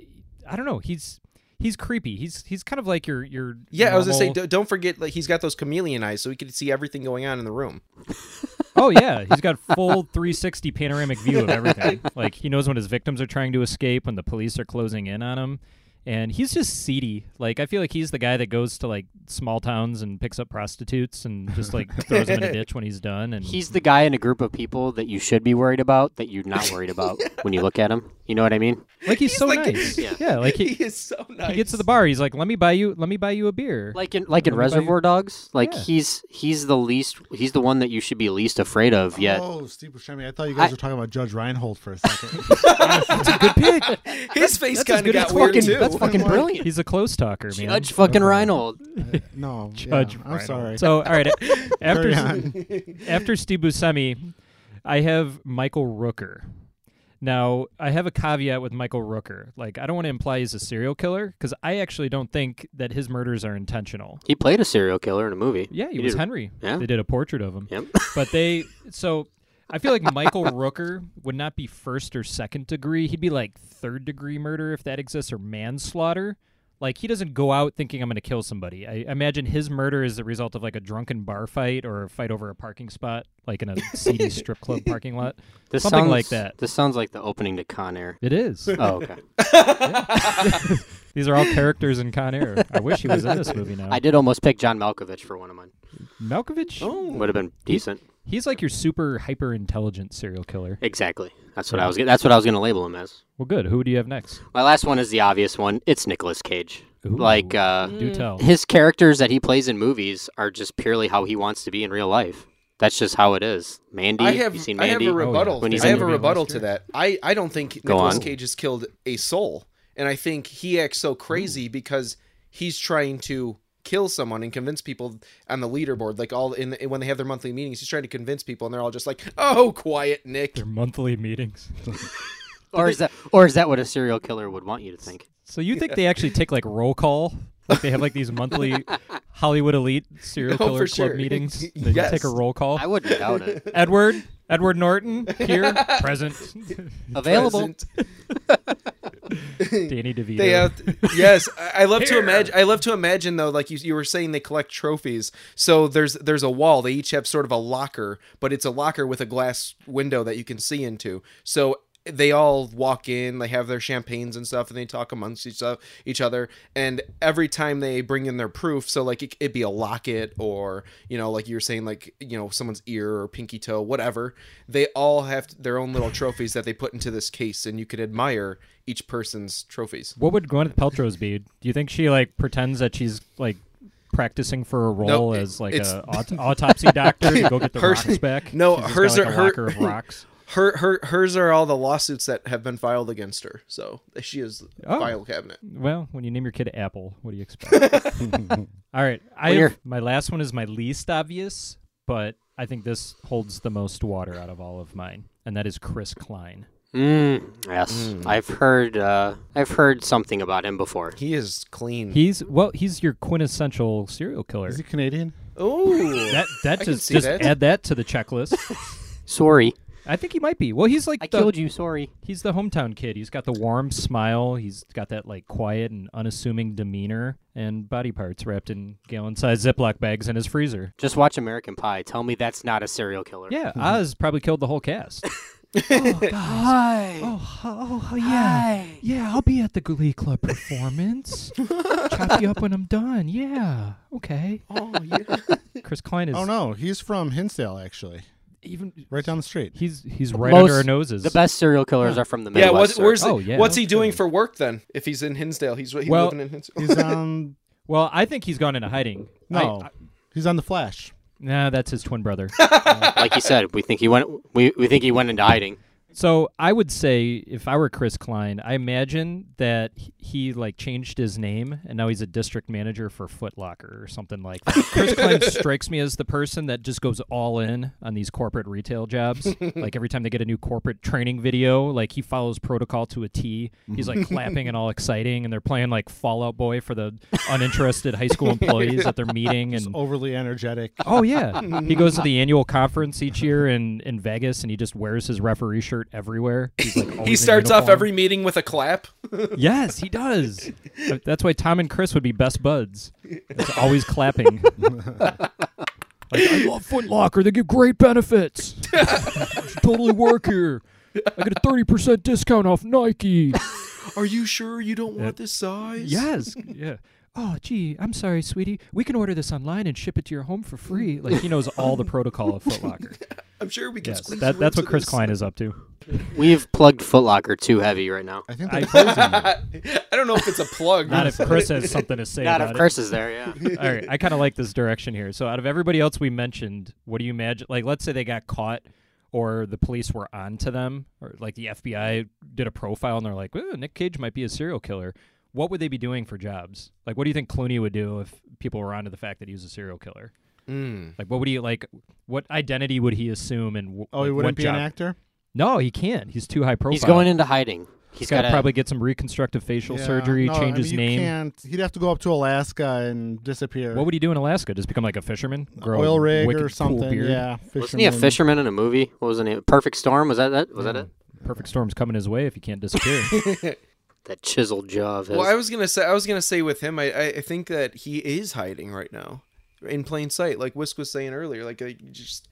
[SPEAKER 2] I don't know. He's he's creepy. He's he's kind of like your your
[SPEAKER 9] Yeah, I was gonna say
[SPEAKER 2] normal-
[SPEAKER 9] d- don't forget like he's got those chameleon eyes so he can see everything going on in the room.
[SPEAKER 2] Oh yeah, he's got full 360 panoramic view of everything. Like he knows when his victims are trying to escape, when the police are closing in on him, and he's just seedy. Like I feel like he's the guy that goes to like small towns and picks up prostitutes and just like throws them in a ditch when he's done. And
[SPEAKER 8] He's the guy in a group of people that you should be worried about that you're not worried (laughs) about when you look at him. You know what I mean?
[SPEAKER 2] like he's, so
[SPEAKER 9] like-
[SPEAKER 2] nice.
[SPEAKER 8] (laughs) Yeah.
[SPEAKER 2] Yeah. like
[SPEAKER 9] (laughs)
[SPEAKER 2] he,
[SPEAKER 9] He is so nice.
[SPEAKER 2] he gets to the bar. He's like, let me buy you, let me buy you a beer.
[SPEAKER 8] Like in like in
[SPEAKER 2] Let me buy you-
[SPEAKER 8] Reservoir Dogs. Like
[SPEAKER 2] Yeah.
[SPEAKER 8] he's he's the least he's the one that you should be least afraid of yet.
[SPEAKER 7] Oh, Steve Buscemi. I thought you guys
[SPEAKER 8] I-
[SPEAKER 7] were talking about Judge
[SPEAKER 2] (laughs)
[SPEAKER 7] Reinhold for a second.
[SPEAKER 9] His face
[SPEAKER 2] as
[SPEAKER 9] kind of
[SPEAKER 2] good as
[SPEAKER 9] got weird
[SPEAKER 8] fucking-
[SPEAKER 9] too.
[SPEAKER 8] that's fucking brilliant.
[SPEAKER 2] he's a close talker, man.
[SPEAKER 8] Judge fucking Reinhold.
[SPEAKER 7] no, (laughs)
[SPEAKER 2] Judge
[SPEAKER 7] yeah, I'm
[SPEAKER 2] Reinhold.
[SPEAKER 7] sorry.
[SPEAKER 2] So, all
[SPEAKER 7] (laughs)
[SPEAKER 2] right, after
[SPEAKER 7] Carry on.
[SPEAKER 2] after Steve Buscemi, I have Michael Rooker. Now, I have a caveat with Michael Rooker. Like, I don't want to imply he's a serial killer because I actually don't think that his murders are intentional.
[SPEAKER 8] He played a serial killer in a movie.
[SPEAKER 2] Yeah, he, was
[SPEAKER 8] did-
[SPEAKER 2] Henry.
[SPEAKER 8] yeah.
[SPEAKER 2] They did a portrait of him.
[SPEAKER 8] Yep.
[SPEAKER 2] (laughs) But they, so I feel
[SPEAKER 8] (laughs)
[SPEAKER 2] like Michael Rooker would not be first or second degree. He'd be like third degree murder if that exists or manslaughter. Like, he doesn't go out thinking I'm going to kill somebody. I imagine his murder is the result of like a drunken bar fight or a fight over a parking spot, like
[SPEAKER 8] (laughs)
[SPEAKER 2] in a seedy strip club parking lot.
[SPEAKER 8] This
[SPEAKER 2] Something
[SPEAKER 8] sounds,
[SPEAKER 2] like that.
[SPEAKER 8] This sounds like the opening to Con
[SPEAKER 9] (laughs)
[SPEAKER 8] Air.
[SPEAKER 2] It
[SPEAKER 8] (laughs)
[SPEAKER 2] is. (laughs)
[SPEAKER 8] Oh, okay.
[SPEAKER 2] These are all characters in Con Air. I wish he was in
[SPEAKER 8] (laughs)
[SPEAKER 2] this movie now.
[SPEAKER 8] I did almost pick John Malkovich for one of mine.
[SPEAKER 2] Malkovich?
[SPEAKER 8] Would have been decent.
[SPEAKER 2] He's like your super hyper intelligent serial killer.
[SPEAKER 8] Exactly. That's what I was. That's what I was going to label him as.
[SPEAKER 2] Well, good. Who do you have next?
[SPEAKER 8] My last one is the obvious one. It's Nicolas Cage.
[SPEAKER 2] Ooh.
[SPEAKER 8] Like uh,
[SPEAKER 2] Do (laughs) tell.
[SPEAKER 8] his characters that he plays in movies are just purely how he wants to be in real life. That's just how it is. Mandy.
[SPEAKER 9] I have,
[SPEAKER 8] you seen
[SPEAKER 9] I
[SPEAKER 8] Mandy?
[SPEAKER 9] have a rebuttal.
[SPEAKER 8] When he's
[SPEAKER 9] I
[SPEAKER 8] in
[SPEAKER 9] have
[SPEAKER 8] the
[SPEAKER 9] a
[SPEAKER 8] movie
[SPEAKER 9] rebuttal to that. I, I don't think
[SPEAKER 8] Go
[SPEAKER 9] Nicolas
[SPEAKER 8] on.
[SPEAKER 9] Cage has killed a soul. And I think he acts so crazy because he's trying to kill someone and convince people on the leaderboard, like all in the, when they have their monthly meetings, he's trying to convince people and they're all just like, Oh, quiet Nick.
[SPEAKER 2] Their monthly meetings.
[SPEAKER 8] or is that or is that what a serial killer would want you to think?
[SPEAKER 2] So you think they actually take like roll call Like they have like
[SPEAKER 9] (laughs)
[SPEAKER 2] these monthly Hollywood elite serial
[SPEAKER 9] Oh,
[SPEAKER 2] killer
[SPEAKER 9] for
[SPEAKER 2] club
[SPEAKER 9] sure. (laughs)
[SPEAKER 2] meetings. They
[SPEAKER 9] Yes.
[SPEAKER 2] take a roll call.
[SPEAKER 8] I wouldn't doubt it.
[SPEAKER 2] (laughs) Edward, Edward Norton
[SPEAKER 9] (laughs)
[SPEAKER 2] here, present.
[SPEAKER 8] Available.
[SPEAKER 9] Present.
[SPEAKER 2] (laughs) Danny DeVito.
[SPEAKER 9] They have, yes, I- I love to imagine. I love to imagine though, like you, you were saying, they collect trophies. So there's there's a wall. They each have sort of a locker, but it's a locker with a glass window that you can see into. So they all walk in. They have their champagnes and stuff, and they talk amongst each other. Each other, and every time they bring in their proof, so like it, it'd be a locket or you know, like you were saying, like you know, someone's ear or pinky toe, whatever. They all have their own little trophies that they put into this case, and you could admire each person's trophies.
[SPEAKER 2] What would Gwyneth Paltrow's be? Do you think she like pretends that she's like practicing for a role
[SPEAKER 9] it-
[SPEAKER 2] as like
[SPEAKER 9] it's-
[SPEAKER 2] a aut- (laughs) autopsy doctor to go get
[SPEAKER 9] (laughs)
[SPEAKER 2] the
[SPEAKER 9] Her-
[SPEAKER 2] rocks back?
[SPEAKER 9] no,
[SPEAKER 2] She's just
[SPEAKER 9] hers
[SPEAKER 2] got,
[SPEAKER 9] are-
[SPEAKER 2] like, a
[SPEAKER 9] her-
[SPEAKER 2] locker of rocks.
[SPEAKER 9] Her, her, hers are all the lawsuits that have been filed against her. So she is
[SPEAKER 2] Oh.
[SPEAKER 9] file cabinet.
[SPEAKER 2] Well, when you name your kid Apple, what do you
[SPEAKER 8] (laughs)
[SPEAKER 2] expect? (laughs) All right, I
[SPEAKER 8] Well,
[SPEAKER 2] have,
[SPEAKER 8] you're-
[SPEAKER 2] my last one is my least obvious, but I think this holds the most water out of all of mine, and that is Chris Klein.
[SPEAKER 8] Mm, yes, I've heard. Uh, I've heard something about him before.
[SPEAKER 9] He is clean.
[SPEAKER 2] He's well, he's your quintessential serial killer.
[SPEAKER 7] Is he Canadian?
[SPEAKER 9] oh,
[SPEAKER 2] That that
[SPEAKER 9] I can
[SPEAKER 2] just
[SPEAKER 9] see
[SPEAKER 2] just
[SPEAKER 9] that.
[SPEAKER 2] add that to the checklist.
[SPEAKER 8] Sorry,
[SPEAKER 2] I think he might be. Well, he's like
[SPEAKER 8] I
[SPEAKER 2] the,
[SPEAKER 8] killed you. Sorry.
[SPEAKER 2] He's the hometown kid. He's got the warm smile. He's got that like quiet and unassuming demeanor, and body parts wrapped in gallon-sized Ziploc bags in his freezer.
[SPEAKER 8] Just watch American Pie. Tell me that's not a serial killer.
[SPEAKER 2] Yeah, Oz probably killed the whole
[SPEAKER 7] (laughs)
[SPEAKER 2] cast.
[SPEAKER 8] Oh, Hi.
[SPEAKER 2] oh, oh, oh, yeah, yeah. I'll be at the Glee Club
[SPEAKER 7] (laughs)
[SPEAKER 2] performance. Chop you up when I'm done. Yeah. Okay.
[SPEAKER 9] oh, yeah.
[SPEAKER 2] Chris Klein is
[SPEAKER 7] Oh no, he's from Hinsdale actually,
[SPEAKER 2] even.
[SPEAKER 7] right down the street.
[SPEAKER 2] (laughs) He's he's right
[SPEAKER 8] Most-
[SPEAKER 2] under our noses.
[SPEAKER 8] The best serial killers are from the Midwest.
[SPEAKER 9] yeah what,
[SPEAKER 8] sir.
[SPEAKER 9] where's
[SPEAKER 2] Oh,
[SPEAKER 9] oh,
[SPEAKER 2] yeah,
[SPEAKER 9] What's
[SPEAKER 2] no
[SPEAKER 9] he doing
[SPEAKER 2] kidding.
[SPEAKER 9] for work then? If he's in Hinsdale, he's, he's
[SPEAKER 2] Well,
[SPEAKER 9] living in Hinsdale.
[SPEAKER 7] He's on
[SPEAKER 2] Well, I think he's gone into hiding. I-
[SPEAKER 7] no,
[SPEAKER 2] I-
[SPEAKER 7] he's on the Flash.
[SPEAKER 2] nah, that's his twin brother.
[SPEAKER 8] (laughs) like you said, we think he went. We, we think he went into hiding.
[SPEAKER 2] So I would say if I were Chris Klein, I imagine that he, he like changed his name and now he's a district manager for Foot Locker or something like that. Chris Klein strikes me as the person that just goes all in on these corporate retail jobs. like every time they get a new corporate training video, like he follows protocol to a T. He's like clapping and all exciting and they're playing like Fallout Boy for the uninterested high school employees at their meeting and
[SPEAKER 7] Overly energetic.
[SPEAKER 2] Oh yeah, he goes
[SPEAKER 9] (laughs)
[SPEAKER 2] to the annual conference each year in, in Vegas, and he just wears his referee shirt everywhere. He's like
[SPEAKER 9] (laughs)
[SPEAKER 2] always
[SPEAKER 9] he
[SPEAKER 2] in
[SPEAKER 9] starts off
[SPEAKER 2] uniform.
[SPEAKER 9] every meeting with a clap.
[SPEAKER 2] Yes, he does. Uh, That's why Tom and Chris would be best buds. It's
[SPEAKER 9] (laughs)
[SPEAKER 2] always clapping. Like, I love Foot Locker. They give
[SPEAKER 9] (laughs)
[SPEAKER 2] great benefits. You should totally work here. I get a thirty percent discount off Nike.
[SPEAKER 9] Are you sure you don't want this size?
[SPEAKER 2] Yes. Yeah. Oh, gee, I'm sorry, sweetie. We can order this online and ship it to your home for free. Like he knows all the protocol of Foot Locker.
[SPEAKER 9] I'm sure we can
[SPEAKER 2] Yes,
[SPEAKER 9] squeeze
[SPEAKER 2] that,
[SPEAKER 9] you
[SPEAKER 2] that's what
[SPEAKER 9] into
[SPEAKER 2] Chris
[SPEAKER 9] this.
[SPEAKER 2] Klein is up to.
[SPEAKER 8] We've plugged Foot Locker too heavy right now.
[SPEAKER 7] I think
[SPEAKER 2] I-
[SPEAKER 7] they closed him. though.
[SPEAKER 9] (laughs) I don't know if it's a plug. (laughs)
[SPEAKER 2] (laughs) Not if Chris has something to say
[SPEAKER 8] Not
[SPEAKER 2] about
[SPEAKER 8] of Chris is
[SPEAKER 2] (laughs)
[SPEAKER 8] there. Yeah.
[SPEAKER 2] it. All right, I kind of like this direction here. So, out of everybody else we mentioned, what do you imagine? Like, let's say they got caught, or the police were on to them, or like the FBI did a profile and they're like, "Ooh, Nick Cage might be a serial killer." What would they be doing for jobs? Like, what do you think Clooney would do if people were onto the fact that he was a serial killer?
[SPEAKER 9] Mm.
[SPEAKER 2] Like, what would he like? What identity would he assume? And wh-
[SPEAKER 7] Oh, he
[SPEAKER 2] like,
[SPEAKER 7] wouldn't
[SPEAKER 2] what
[SPEAKER 7] be
[SPEAKER 2] job?
[SPEAKER 7] an actor.
[SPEAKER 2] No, he can't. He's too high profile.
[SPEAKER 8] He's going into hiding.
[SPEAKER 2] He's
[SPEAKER 8] He's
[SPEAKER 2] got
[SPEAKER 8] got
[SPEAKER 2] to probably get some reconstructive facial
[SPEAKER 7] Yeah,
[SPEAKER 2] surgery,
[SPEAKER 7] no, I
[SPEAKER 2] change
[SPEAKER 7] mean,
[SPEAKER 2] his
[SPEAKER 7] you
[SPEAKER 2] name.
[SPEAKER 7] Can't, he'd have to go up to Alaska and disappear.
[SPEAKER 2] What would he do in Alaska? Just become like a fisherman, grow a
[SPEAKER 7] oil rig
[SPEAKER 2] wicked
[SPEAKER 7] or something?
[SPEAKER 2] Cool beard?
[SPEAKER 7] yeah,
[SPEAKER 8] Wasn't he a fisherman in a movie? What was the name? Perfect Storm. Was that that? Was that it?
[SPEAKER 2] Perfect storm's coming his way if he can't
[SPEAKER 7] (laughs)
[SPEAKER 2] disappear.
[SPEAKER 8] That chiseled jaw of his.
[SPEAKER 9] Well, I was gonna say I was gonna say with him, I I I think that he is hiding right now, in plain sight, like Whisk was saying earlier. Like I just,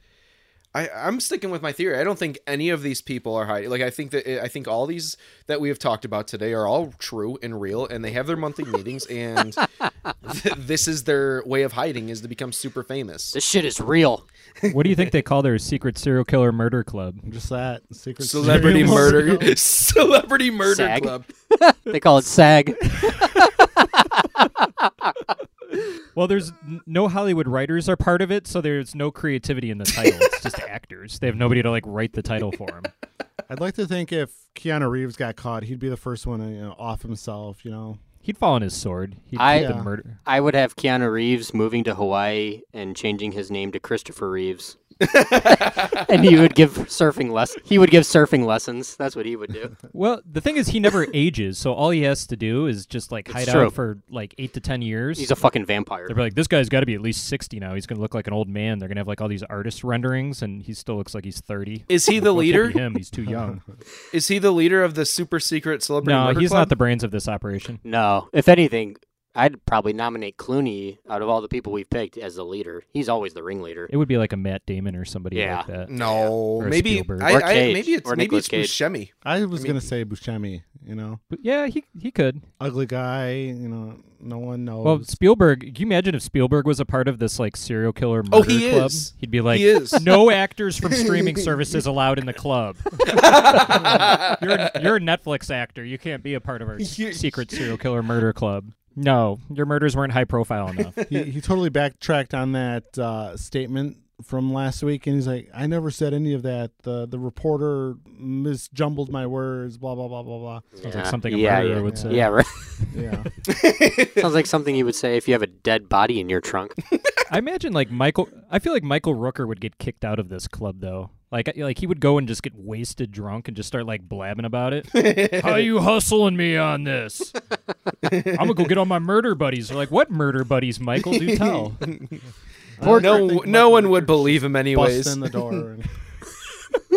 [SPEAKER 9] I I'm sticking with my theory. I don't think any of these people are hiding. Like I think that I think all these that we have talked about today are all true and real, and they have their monthly meetings, (laughs) and th- this is their way of hiding is to become super famous.
[SPEAKER 8] this shit is real.
[SPEAKER 2] what do you think they call their secret serial killer murder club?
[SPEAKER 7] Just that secret
[SPEAKER 9] Celebrity
[SPEAKER 7] serial
[SPEAKER 9] murder, (laughs) celebrity murder
[SPEAKER 8] Sag.
[SPEAKER 9] club.
[SPEAKER 8] They call it SAG.
[SPEAKER 2] Well, there's n- no Hollywood writers are part of it, so there's no creativity in the title. it's
[SPEAKER 7] (laughs)
[SPEAKER 2] just actors. They have nobody to like write the title for him.
[SPEAKER 7] (laughs) I'd like to think if Keanu Reeves got caught, he'd be the first one to, you know, off himself. You know,
[SPEAKER 2] He'd fall on his sword. He'd
[SPEAKER 8] I-
[SPEAKER 2] keep the
[SPEAKER 7] Yeah.
[SPEAKER 2] murder.
[SPEAKER 8] I would have Keanu Reeves moving to Hawaii and changing his name to Christopher Reeves. and he would give surfing less. He would give surfing lessons. That's what he would do.
[SPEAKER 2] Well, the thing is, he (laughs)
[SPEAKER 7] (laughs)
[SPEAKER 2] never ages, so all he has to do is just like hide
[SPEAKER 8] true.
[SPEAKER 2] out for like eight to ten years.
[SPEAKER 8] He's a fucking vampire.
[SPEAKER 2] They're like, this guy's got to be at least sixty now. He's gonna look like an old man. They're gonna have like all these artist renderings, and he still looks like he's thirty.
[SPEAKER 9] Is he the
[SPEAKER 2] Well, it can't
[SPEAKER 9] leader?
[SPEAKER 2] be him. He's
[SPEAKER 9] (laughs)
[SPEAKER 2] too young.
[SPEAKER 9] Is he the leader of the super secret celebrity?
[SPEAKER 2] no,
[SPEAKER 9] murder
[SPEAKER 2] he's
[SPEAKER 9] club?
[SPEAKER 2] not the brains of this operation.
[SPEAKER 8] No, if anything, I'd probably nominate Clooney out of all the people we've picked as the leader. He's always the ringleader.
[SPEAKER 2] It would be like a Matt Damon or somebody
[SPEAKER 8] Yeah.
[SPEAKER 2] like that.
[SPEAKER 9] No,
[SPEAKER 2] Or
[SPEAKER 9] maybe
[SPEAKER 2] Spielberg.
[SPEAKER 9] I,
[SPEAKER 8] Or
[SPEAKER 9] I,
[SPEAKER 8] Cage.
[SPEAKER 9] maybe it's
[SPEAKER 8] Or
[SPEAKER 9] maybe
[SPEAKER 8] Nicolas
[SPEAKER 9] it's Buscemi.
[SPEAKER 7] I was
[SPEAKER 9] mean-
[SPEAKER 7] gonna say Buscemi. You know,
[SPEAKER 2] But yeah, he he could.
[SPEAKER 7] ugly guy. You know, no one knows.
[SPEAKER 2] Well, Spielberg. Can you imagine if Spielberg was a part of this like serial killer murder
[SPEAKER 9] Oh, he
[SPEAKER 2] club?
[SPEAKER 9] is.
[SPEAKER 2] He'd be like,
[SPEAKER 9] He is.
[SPEAKER 2] (laughs)
[SPEAKER 9] (laughs)
[SPEAKER 2] no actors from streaming services allowed in the club. you're, a, you're a Netflix actor. You can't be a part
[SPEAKER 9] (laughs)
[SPEAKER 2] of our s- secret serial killer murder club. No, your murders weren't high profile enough.
[SPEAKER 7] he, he totally backtracked on that uh, statement from last week, and he's like, "I never said any of that. The the reporter misjumbled my words. Blah blah blah blah
[SPEAKER 8] (laughs)
[SPEAKER 7] blah."
[SPEAKER 2] Sounds like something a
[SPEAKER 8] yeah,
[SPEAKER 2] murderer
[SPEAKER 8] yeah.
[SPEAKER 2] would say.
[SPEAKER 8] Yeah, right. (laughs)
[SPEAKER 7] Yeah,
[SPEAKER 8] Sounds like something you would say if you have a dead body in
[SPEAKER 2] (laughs)
[SPEAKER 8] your trunk.
[SPEAKER 2] I imagine like Michael. I feel like Michael Rooker would get kicked out of this club though. Like, like he would go and just get wasted drunk and just start like blabbing about it. How you hustling me on this? I'm gonna go get all my murder buddies. They're like, what murder buddies, Michael? Do tell.
[SPEAKER 9] no, no one would believe him
[SPEAKER 7] bust
[SPEAKER 9] anyways.
[SPEAKER 7] in the door. And,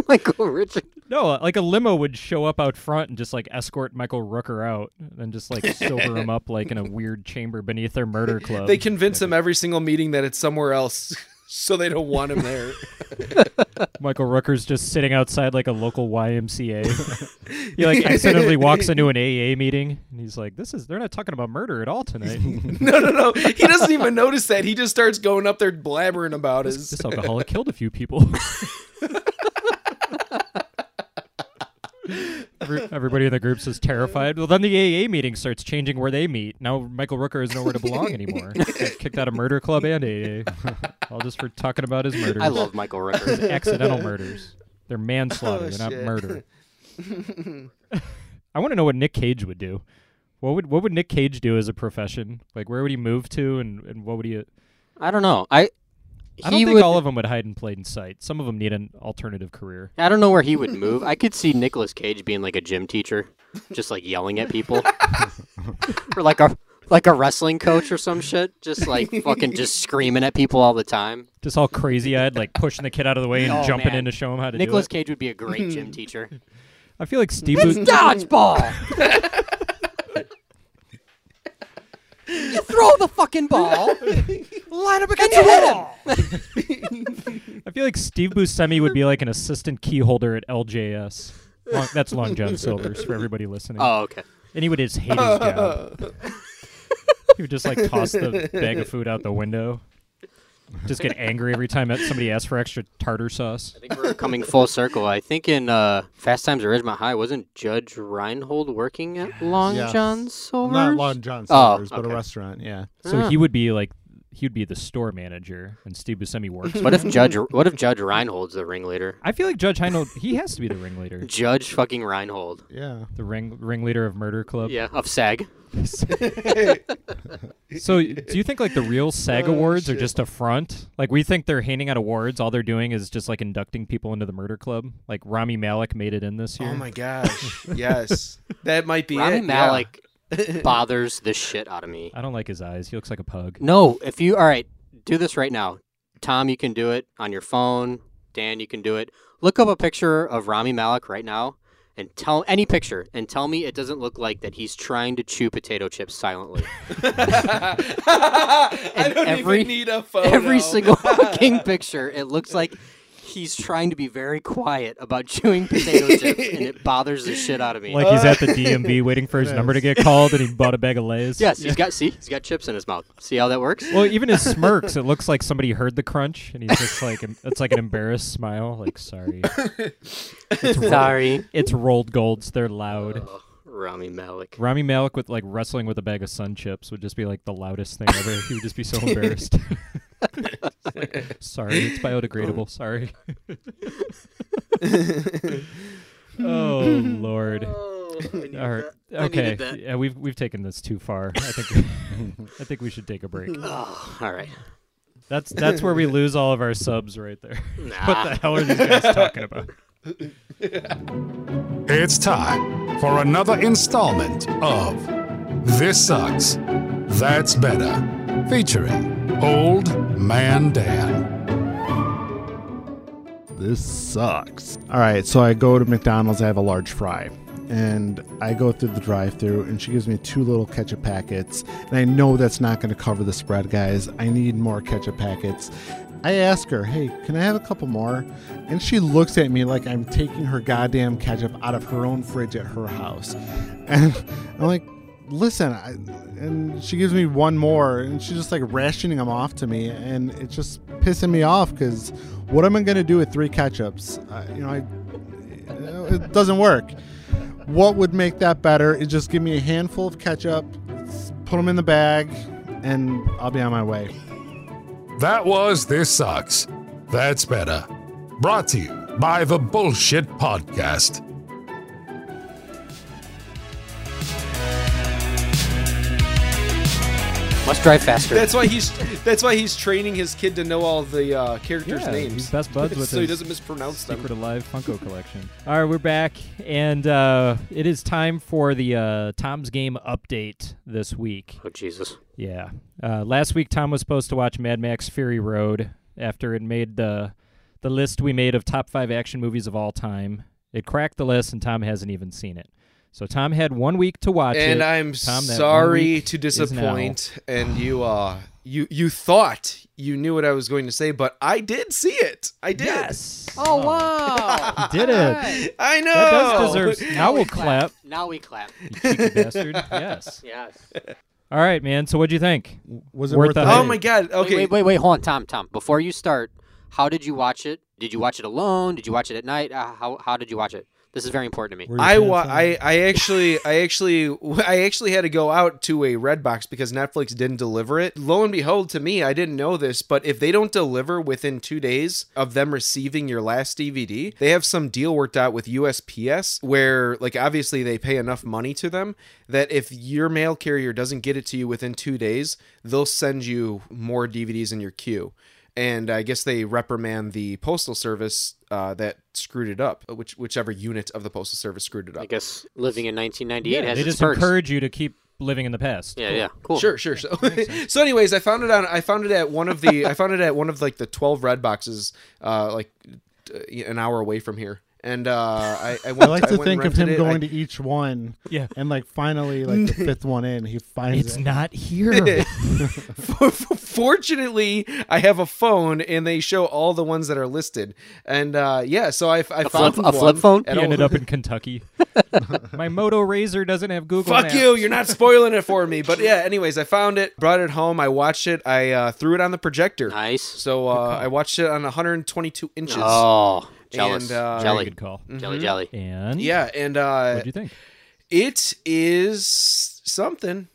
[SPEAKER 8] Michael Richard.
[SPEAKER 2] No, uh, like a limo would show up out front and just like escort Michael Rooker out and just like sober him up like in a weird chamber beneath their murder club.
[SPEAKER 9] (laughs) They convince him every single meeting that it's somewhere else, (laughs) so they don't want him there.
[SPEAKER 2] (laughs)
[SPEAKER 9] (laughs)
[SPEAKER 2] Michael Rooker's just sitting outside like a local YMCA. he like accidentally walks into an AA meeting and he's like, "This is they're not talking about murder at all tonight."
[SPEAKER 9] no, no, no. He doesn't even notice that. He just starts going up there blabbering about his.
[SPEAKER 2] this alcoholic killed a few people. Every- Everybody in the group's is terrified. Well, then the AA meeting starts changing where they meet. Now Michael Rooker is nowhere to belong anymore. He's kicked out of murder club and AA, all just for talking about his murders.
[SPEAKER 8] I love Michael Rooker.
[SPEAKER 2] accidental murders. They're manslaughter.
[SPEAKER 9] Oh,
[SPEAKER 2] They're not
[SPEAKER 9] shit.
[SPEAKER 2] murder. I want to know what Nick Cage would do. What would what would Nick Cage do as a profession? Like where would he move to, and, and what would he?
[SPEAKER 8] I don't know. I.
[SPEAKER 2] I don't
[SPEAKER 8] he
[SPEAKER 2] think
[SPEAKER 8] would,
[SPEAKER 2] all of them would hide in plain sight. Some of them need an alternative career.
[SPEAKER 8] I don't know where he would move. I could see Nicolas Cage being like a gym teacher, just like yelling at people, (laughs) or like a like a wrestling coach or some shit, just like fucking just screaming at people all the time.
[SPEAKER 2] Just all crazy eyed, like pushing the kid out of the way and
[SPEAKER 8] Oh,
[SPEAKER 2] jumping
[SPEAKER 8] man.
[SPEAKER 2] in to show him how to
[SPEAKER 8] Nicolas
[SPEAKER 2] do
[SPEAKER 8] Cage would be a great gym teacher.
[SPEAKER 2] it. I feel like Steve. Bus-
[SPEAKER 8] Dodgeball. you throw the fucking ball. Line up against the wall.
[SPEAKER 2] I feel like Steve Buscemi would be like an assistant key holder at LJS. Long, that's Long John Silver's for everybody listening.
[SPEAKER 8] Oh, okay.
[SPEAKER 2] And he would just hate his job.
[SPEAKER 9] (laughs)
[SPEAKER 2] he would just like toss the bag of food out the window. Just get angry every time that somebody asks for extra tartar sauce.
[SPEAKER 8] I think we're coming full circle. I think in uh, Fast Times at Ridgemont High wasn't Judge Reinhold working at Long
[SPEAKER 7] Yes.
[SPEAKER 8] John Silver's?
[SPEAKER 7] not Long John
[SPEAKER 8] Oh,
[SPEAKER 7] Silver's, but
[SPEAKER 8] okay.
[SPEAKER 7] a restaurant. Yeah,
[SPEAKER 2] So he would be like, he would be the store manager, and Steve
[SPEAKER 9] (laughs)
[SPEAKER 2] Buscemi works.
[SPEAKER 8] What if Judge? What if Judge Reinhold's the ringleader?
[SPEAKER 2] I feel like Judge Heinold, he has to be the ringleader,
[SPEAKER 8] Judge fucking Reinhold.
[SPEAKER 7] yeah.
[SPEAKER 2] the ring ringleader of Murder Club.
[SPEAKER 8] Yeah, of SAG.
[SPEAKER 2] So do you think like the real SAG
[SPEAKER 9] Oh,
[SPEAKER 2] Awards are just a front? Like we think they're handing out awards, all they're doing is just like inducting people into the Murder Club. Like Rami Malek made it in this year.
[SPEAKER 9] (laughs) Oh my
[SPEAKER 2] (laughs)
[SPEAKER 9] gosh! Yes, that might be
[SPEAKER 8] Rami
[SPEAKER 9] it.
[SPEAKER 8] Malek bothers the shit out of me.
[SPEAKER 2] I don't like his eyes. He looks like a pug.
[SPEAKER 8] No, if you all right, do this right now. Tom, you can do it on your phone. Dan, you can do it. Look up a picture of Rami Malek right now and tell any picture and tell me it doesn't look like that he's trying to chew potato chips silently.
[SPEAKER 9] (laughs) I
[SPEAKER 8] And
[SPEAKER 9] don't
[SPEAKER 8] every-
[SPEAKER 9] even need a photo.
[SPEAKER 8] Every single fucking picture, it looks like he's trying to be very quiet about chewing potato chips and it bothers the shit out of me.
[SPEAKER 2] Like he's at the (laughs) DMV waiting for his number to get called, and he bought a bag of Lay's.
[SPEAKER 8] yes, he's got see, he's got chips in his mouth. See how that works?
[SPEAKER 2] Well, even his smirks, it looks like somebody heard the crunch, and he's just like, it's like an embarrassed smile, like
[SPEAKER 8] (laughs)
[SPEAKER 2] sorry.
[SPEAKER 8] Sorry,
[SPEAKER 2] It's rolled golds. They're loud.
[SPEAKER 8] Rami Malek.
[SPEAKER 2] Rami Malik with like wrestling with a bag of sun chips would just be like the loudest thing ever. he would just be
[SPEAKER 8] (laughs)
[SPEAKER 2] so embarrassed. (laughs) sorry, it's biodegradable.
[SPEAKER 8] (laughs)
[SPEAKER 2] Sorry. oh lord. All right. Okay.
[SPEAKER 8] needed Oh, that.
[SPEAKER 2] Yeah,
[SPEAKER 8] (laughs)
[SPEAKER 2] (laughs) we've we've taken this too far. I think I think we should take a break.
[SPEAKER 8] Oh, all right.
[SPEAKER 2] That's that's where we lose all of our subs right there. What the hell are these guys talking about?
[SPEAKER 10] It's time for another installment of This Sucks, That's Better, featuring Old Man Dan.
[SPEAKER 7] This sucks. All right, so I go to McDonald's. I have a large fry, and I go through the drive-through, and she gives me two little ketchup packets. And I know that's not going to cover the spread, guys. I need more ketchup packets. I ask her, "Hey, can I have a couple more?" And she looks at me like I'm taking her goddamn ketchup out of her own fridge at her house. (laughs) And I'm like, "Listen," I, and she gives me one more, and she's just like rationing them off to me, and it's just pissing me off because what am I gonna do with three ketchups? Uh, you know, I, it doesn't work. What would make that better is just give me a handful of ketchup, s- put them in the bag, and I'll be on my way.
[SPEAKER 10] That was This Sucks, That's Better, brought to you by the Bullshit Podcast.
[SPEAKER 8] Must drive faster.
[SPEAKER 9] That's why he's that's why he's training his kid to know all the uh, characters'
[SPEAKER 2] he's
[SPEAKER 9] names.
[SPEAKER 2] best
[SPEAKER 9] (laughs)
[SPEAKER 2] buds with
[SPEAKER 9] so he
[SPEAKER 2] his
[SPEAKER 9] doesn't mispronounce them.
[SPEAKER 2] Secret Alive Funko collection. All right, we're back, and uh, it is time for the uh, Tom's Game update this week.
[SPEAKER 8] oh Jesus!
[SPEAKER 2] Yeah. Uh, last week, Tom was supposed to watch Mad Max Fury Road after it made the the list we made of top five action movies of all time. It cracked the list, and Tom hasn't even seen it. So Tom had one week to watch it.
[SPEAKER 9] And I'm
[SPEAKER 2] Tom, that one
[SPEAKER 9] sorry
[SPEAKER 2] week
[SPEAKER 9] to
[SPEAKER 2] is now.
[SPEAKER 9] disappoint. And you, uh, you, you thought you knew what I was going to say, but I did see it. I did.
[SPEAKER 2] Yes. (laughs)
[SPEAKER 3] Oh, wow.
[SPEAKER 2] Did it.
[SPEAKER 9] I know.
[SPEAKER 2] That does deserve. Now we'll clap,
[SPEAKER 8] Now we clap.
[SPEAKER 2] you cheeky bastard. Yes.
[SPEAKER 8] (laughs) Yes.
[SPEAKER 2] All right, man. So what'd you think?
[SPEAKER 7] Was it
[SPEAKER 2] Worth
[SPEAKER 7] worth,
[SPEAKER 2] the
[SPEAKER 7] the
[SPEAKER 9] Oh
[SPEAKER 7] hype?
[SPEAKER 9] my god. Okay.
[SPEAKER 8] Wait, wait, wait. Hold on, Tom. Tom. Before you start, how did you watch it? Did you watch it alone? Did you watch it at night? Uh, how how did you watch it? This is very important to me.
[SPEAKER 7] Were your
[SPEAKER 9] I
[SPEAKER 7] pants
[SPEAKER 9] wa-
[SPEAKER 7] on?
[SPEAKER 9] I I actually I actually (laughs) I actually had to go out to a red box because Netflix didn't deliver it. Lo and behold, to me, I didn't know this, but if they don't deliver within two days of them receiving your last DVD, they have some deal worked out with USPS where, like, obviously they pay enough money to them that if your mail carrier doesn't get it to you within two days, they'll send you more DVDs in your queue and I guess they reprimand the postal service uh, that screwed it up, which whichever unit of the postal service screwed it
[SPEAKER 8] I
[SPEAKER 9] up.
[SPEAKER 8] guess living in 1998 has
[SPEAKER 2] they
[SPEAKER 8] its
[SPEAKER 2] just
[SPEAKER 8] perks.
[SPEAKER 2] encourage you to keep living in the past.
[SPEAKER 8] Yeah, yeah, cool.
[SPEAKER 9] Sure, sure. So, (laughs) so anyways, I found it on. I found it at one of the. I found it at one of like the twelve red boxes, uh, like uh, an hour away from here. And uh, I, I
[SPEAKER 7] I
[SPEAKER 9] went.
[SPEAKER 7] like to
[SPEAKER 9] went and
[SPEAKER 7] think of
[SPEAKER 9] rented
[SPEAKER 7] him
[SPEAKER 9] it.
[SPEAKER 7] going
[SPEAKER 9] I-
[SPEAKER 7] to each one,
[SPEAKER 2] Yeah.
[SPEAKER 7] and like finally, like the fifth one in, he finds
[SPEAKER 2] It's
[SPEAKER 9] (laughs)
[SPEAKER 7] it.
[SPEAKER 2] not here.
[SPEAKER 9] (laughs) Fortunately, I have a phone, and they show all the ones that are listed. And uh, yeah, so I, I found
[SPEAKER 8] flip- a flip
[SPEAKER 9] one
[SPEAKER 8] phone?
[SPEAKER 9] at
[SPEAKER 2] he
[SPEAKER 9] all-
[SPEAKER 2] ended up in Kentucky. My Moto Razor doesn't have
[SPEAKER 9] (laughs)
[SPEAKER 2] Google.
[SPEAKER 9] Fuck
[SPEAKER 2] Maps.
[SPEAKER 9] you! You're not spoiling it for
[SPEAKER 8] (laughs)
[SPEAKER 9] me. But yeah, anyways, I found it, brought it home, I watched it, I uh, threw it on the projector.
[SPEAKER 8] Nice.
[SPEAKER 9] So uh, I watched it on 122 inches.
[SPEAKER 8] Oh, jealous,
[SPEAKER 9] And, uh,
[SPEAKER 8] jelly,
[SPEAKER 2] Good call.
[SPEAKER 8] jelly, jelly.
[SPEAKER 2] And
[SPEAKER 9] Yeah, and uh,
[SPEAKER 2] what do you think?
[SPEAKER 9] it is something.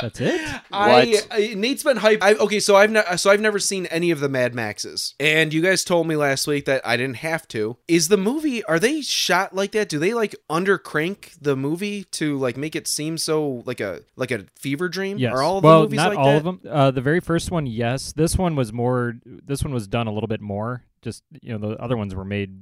[SPEAKER 2] That's it.
[SPEAKER 9] I,
[SPEAKER 8] What?
[SPEAKER 9] I Nate's been hyped. I, okay, so I've not, so I've never seen any of the Mad Maxes, and you guys told me last week that I didn't have to. Is the movie? Are they shot like that? Do they like undercrank the movie to like make it seem so like a like a fever dream?
[SPEAKER 2] Yes.
[SPEAKER 9] Are all of
[SPEAKER 2] well,
[SPEAKER 9] the movies
[SPEAKER 2] not
[SPEAKER 9] like
[SPEAKER 2] all
[SPEAKER 9] that?
[SPEAKER 2] of them. Uh, the very first one, yes. This one was more. This one was done a little bit more. Just you know, the other ones were made,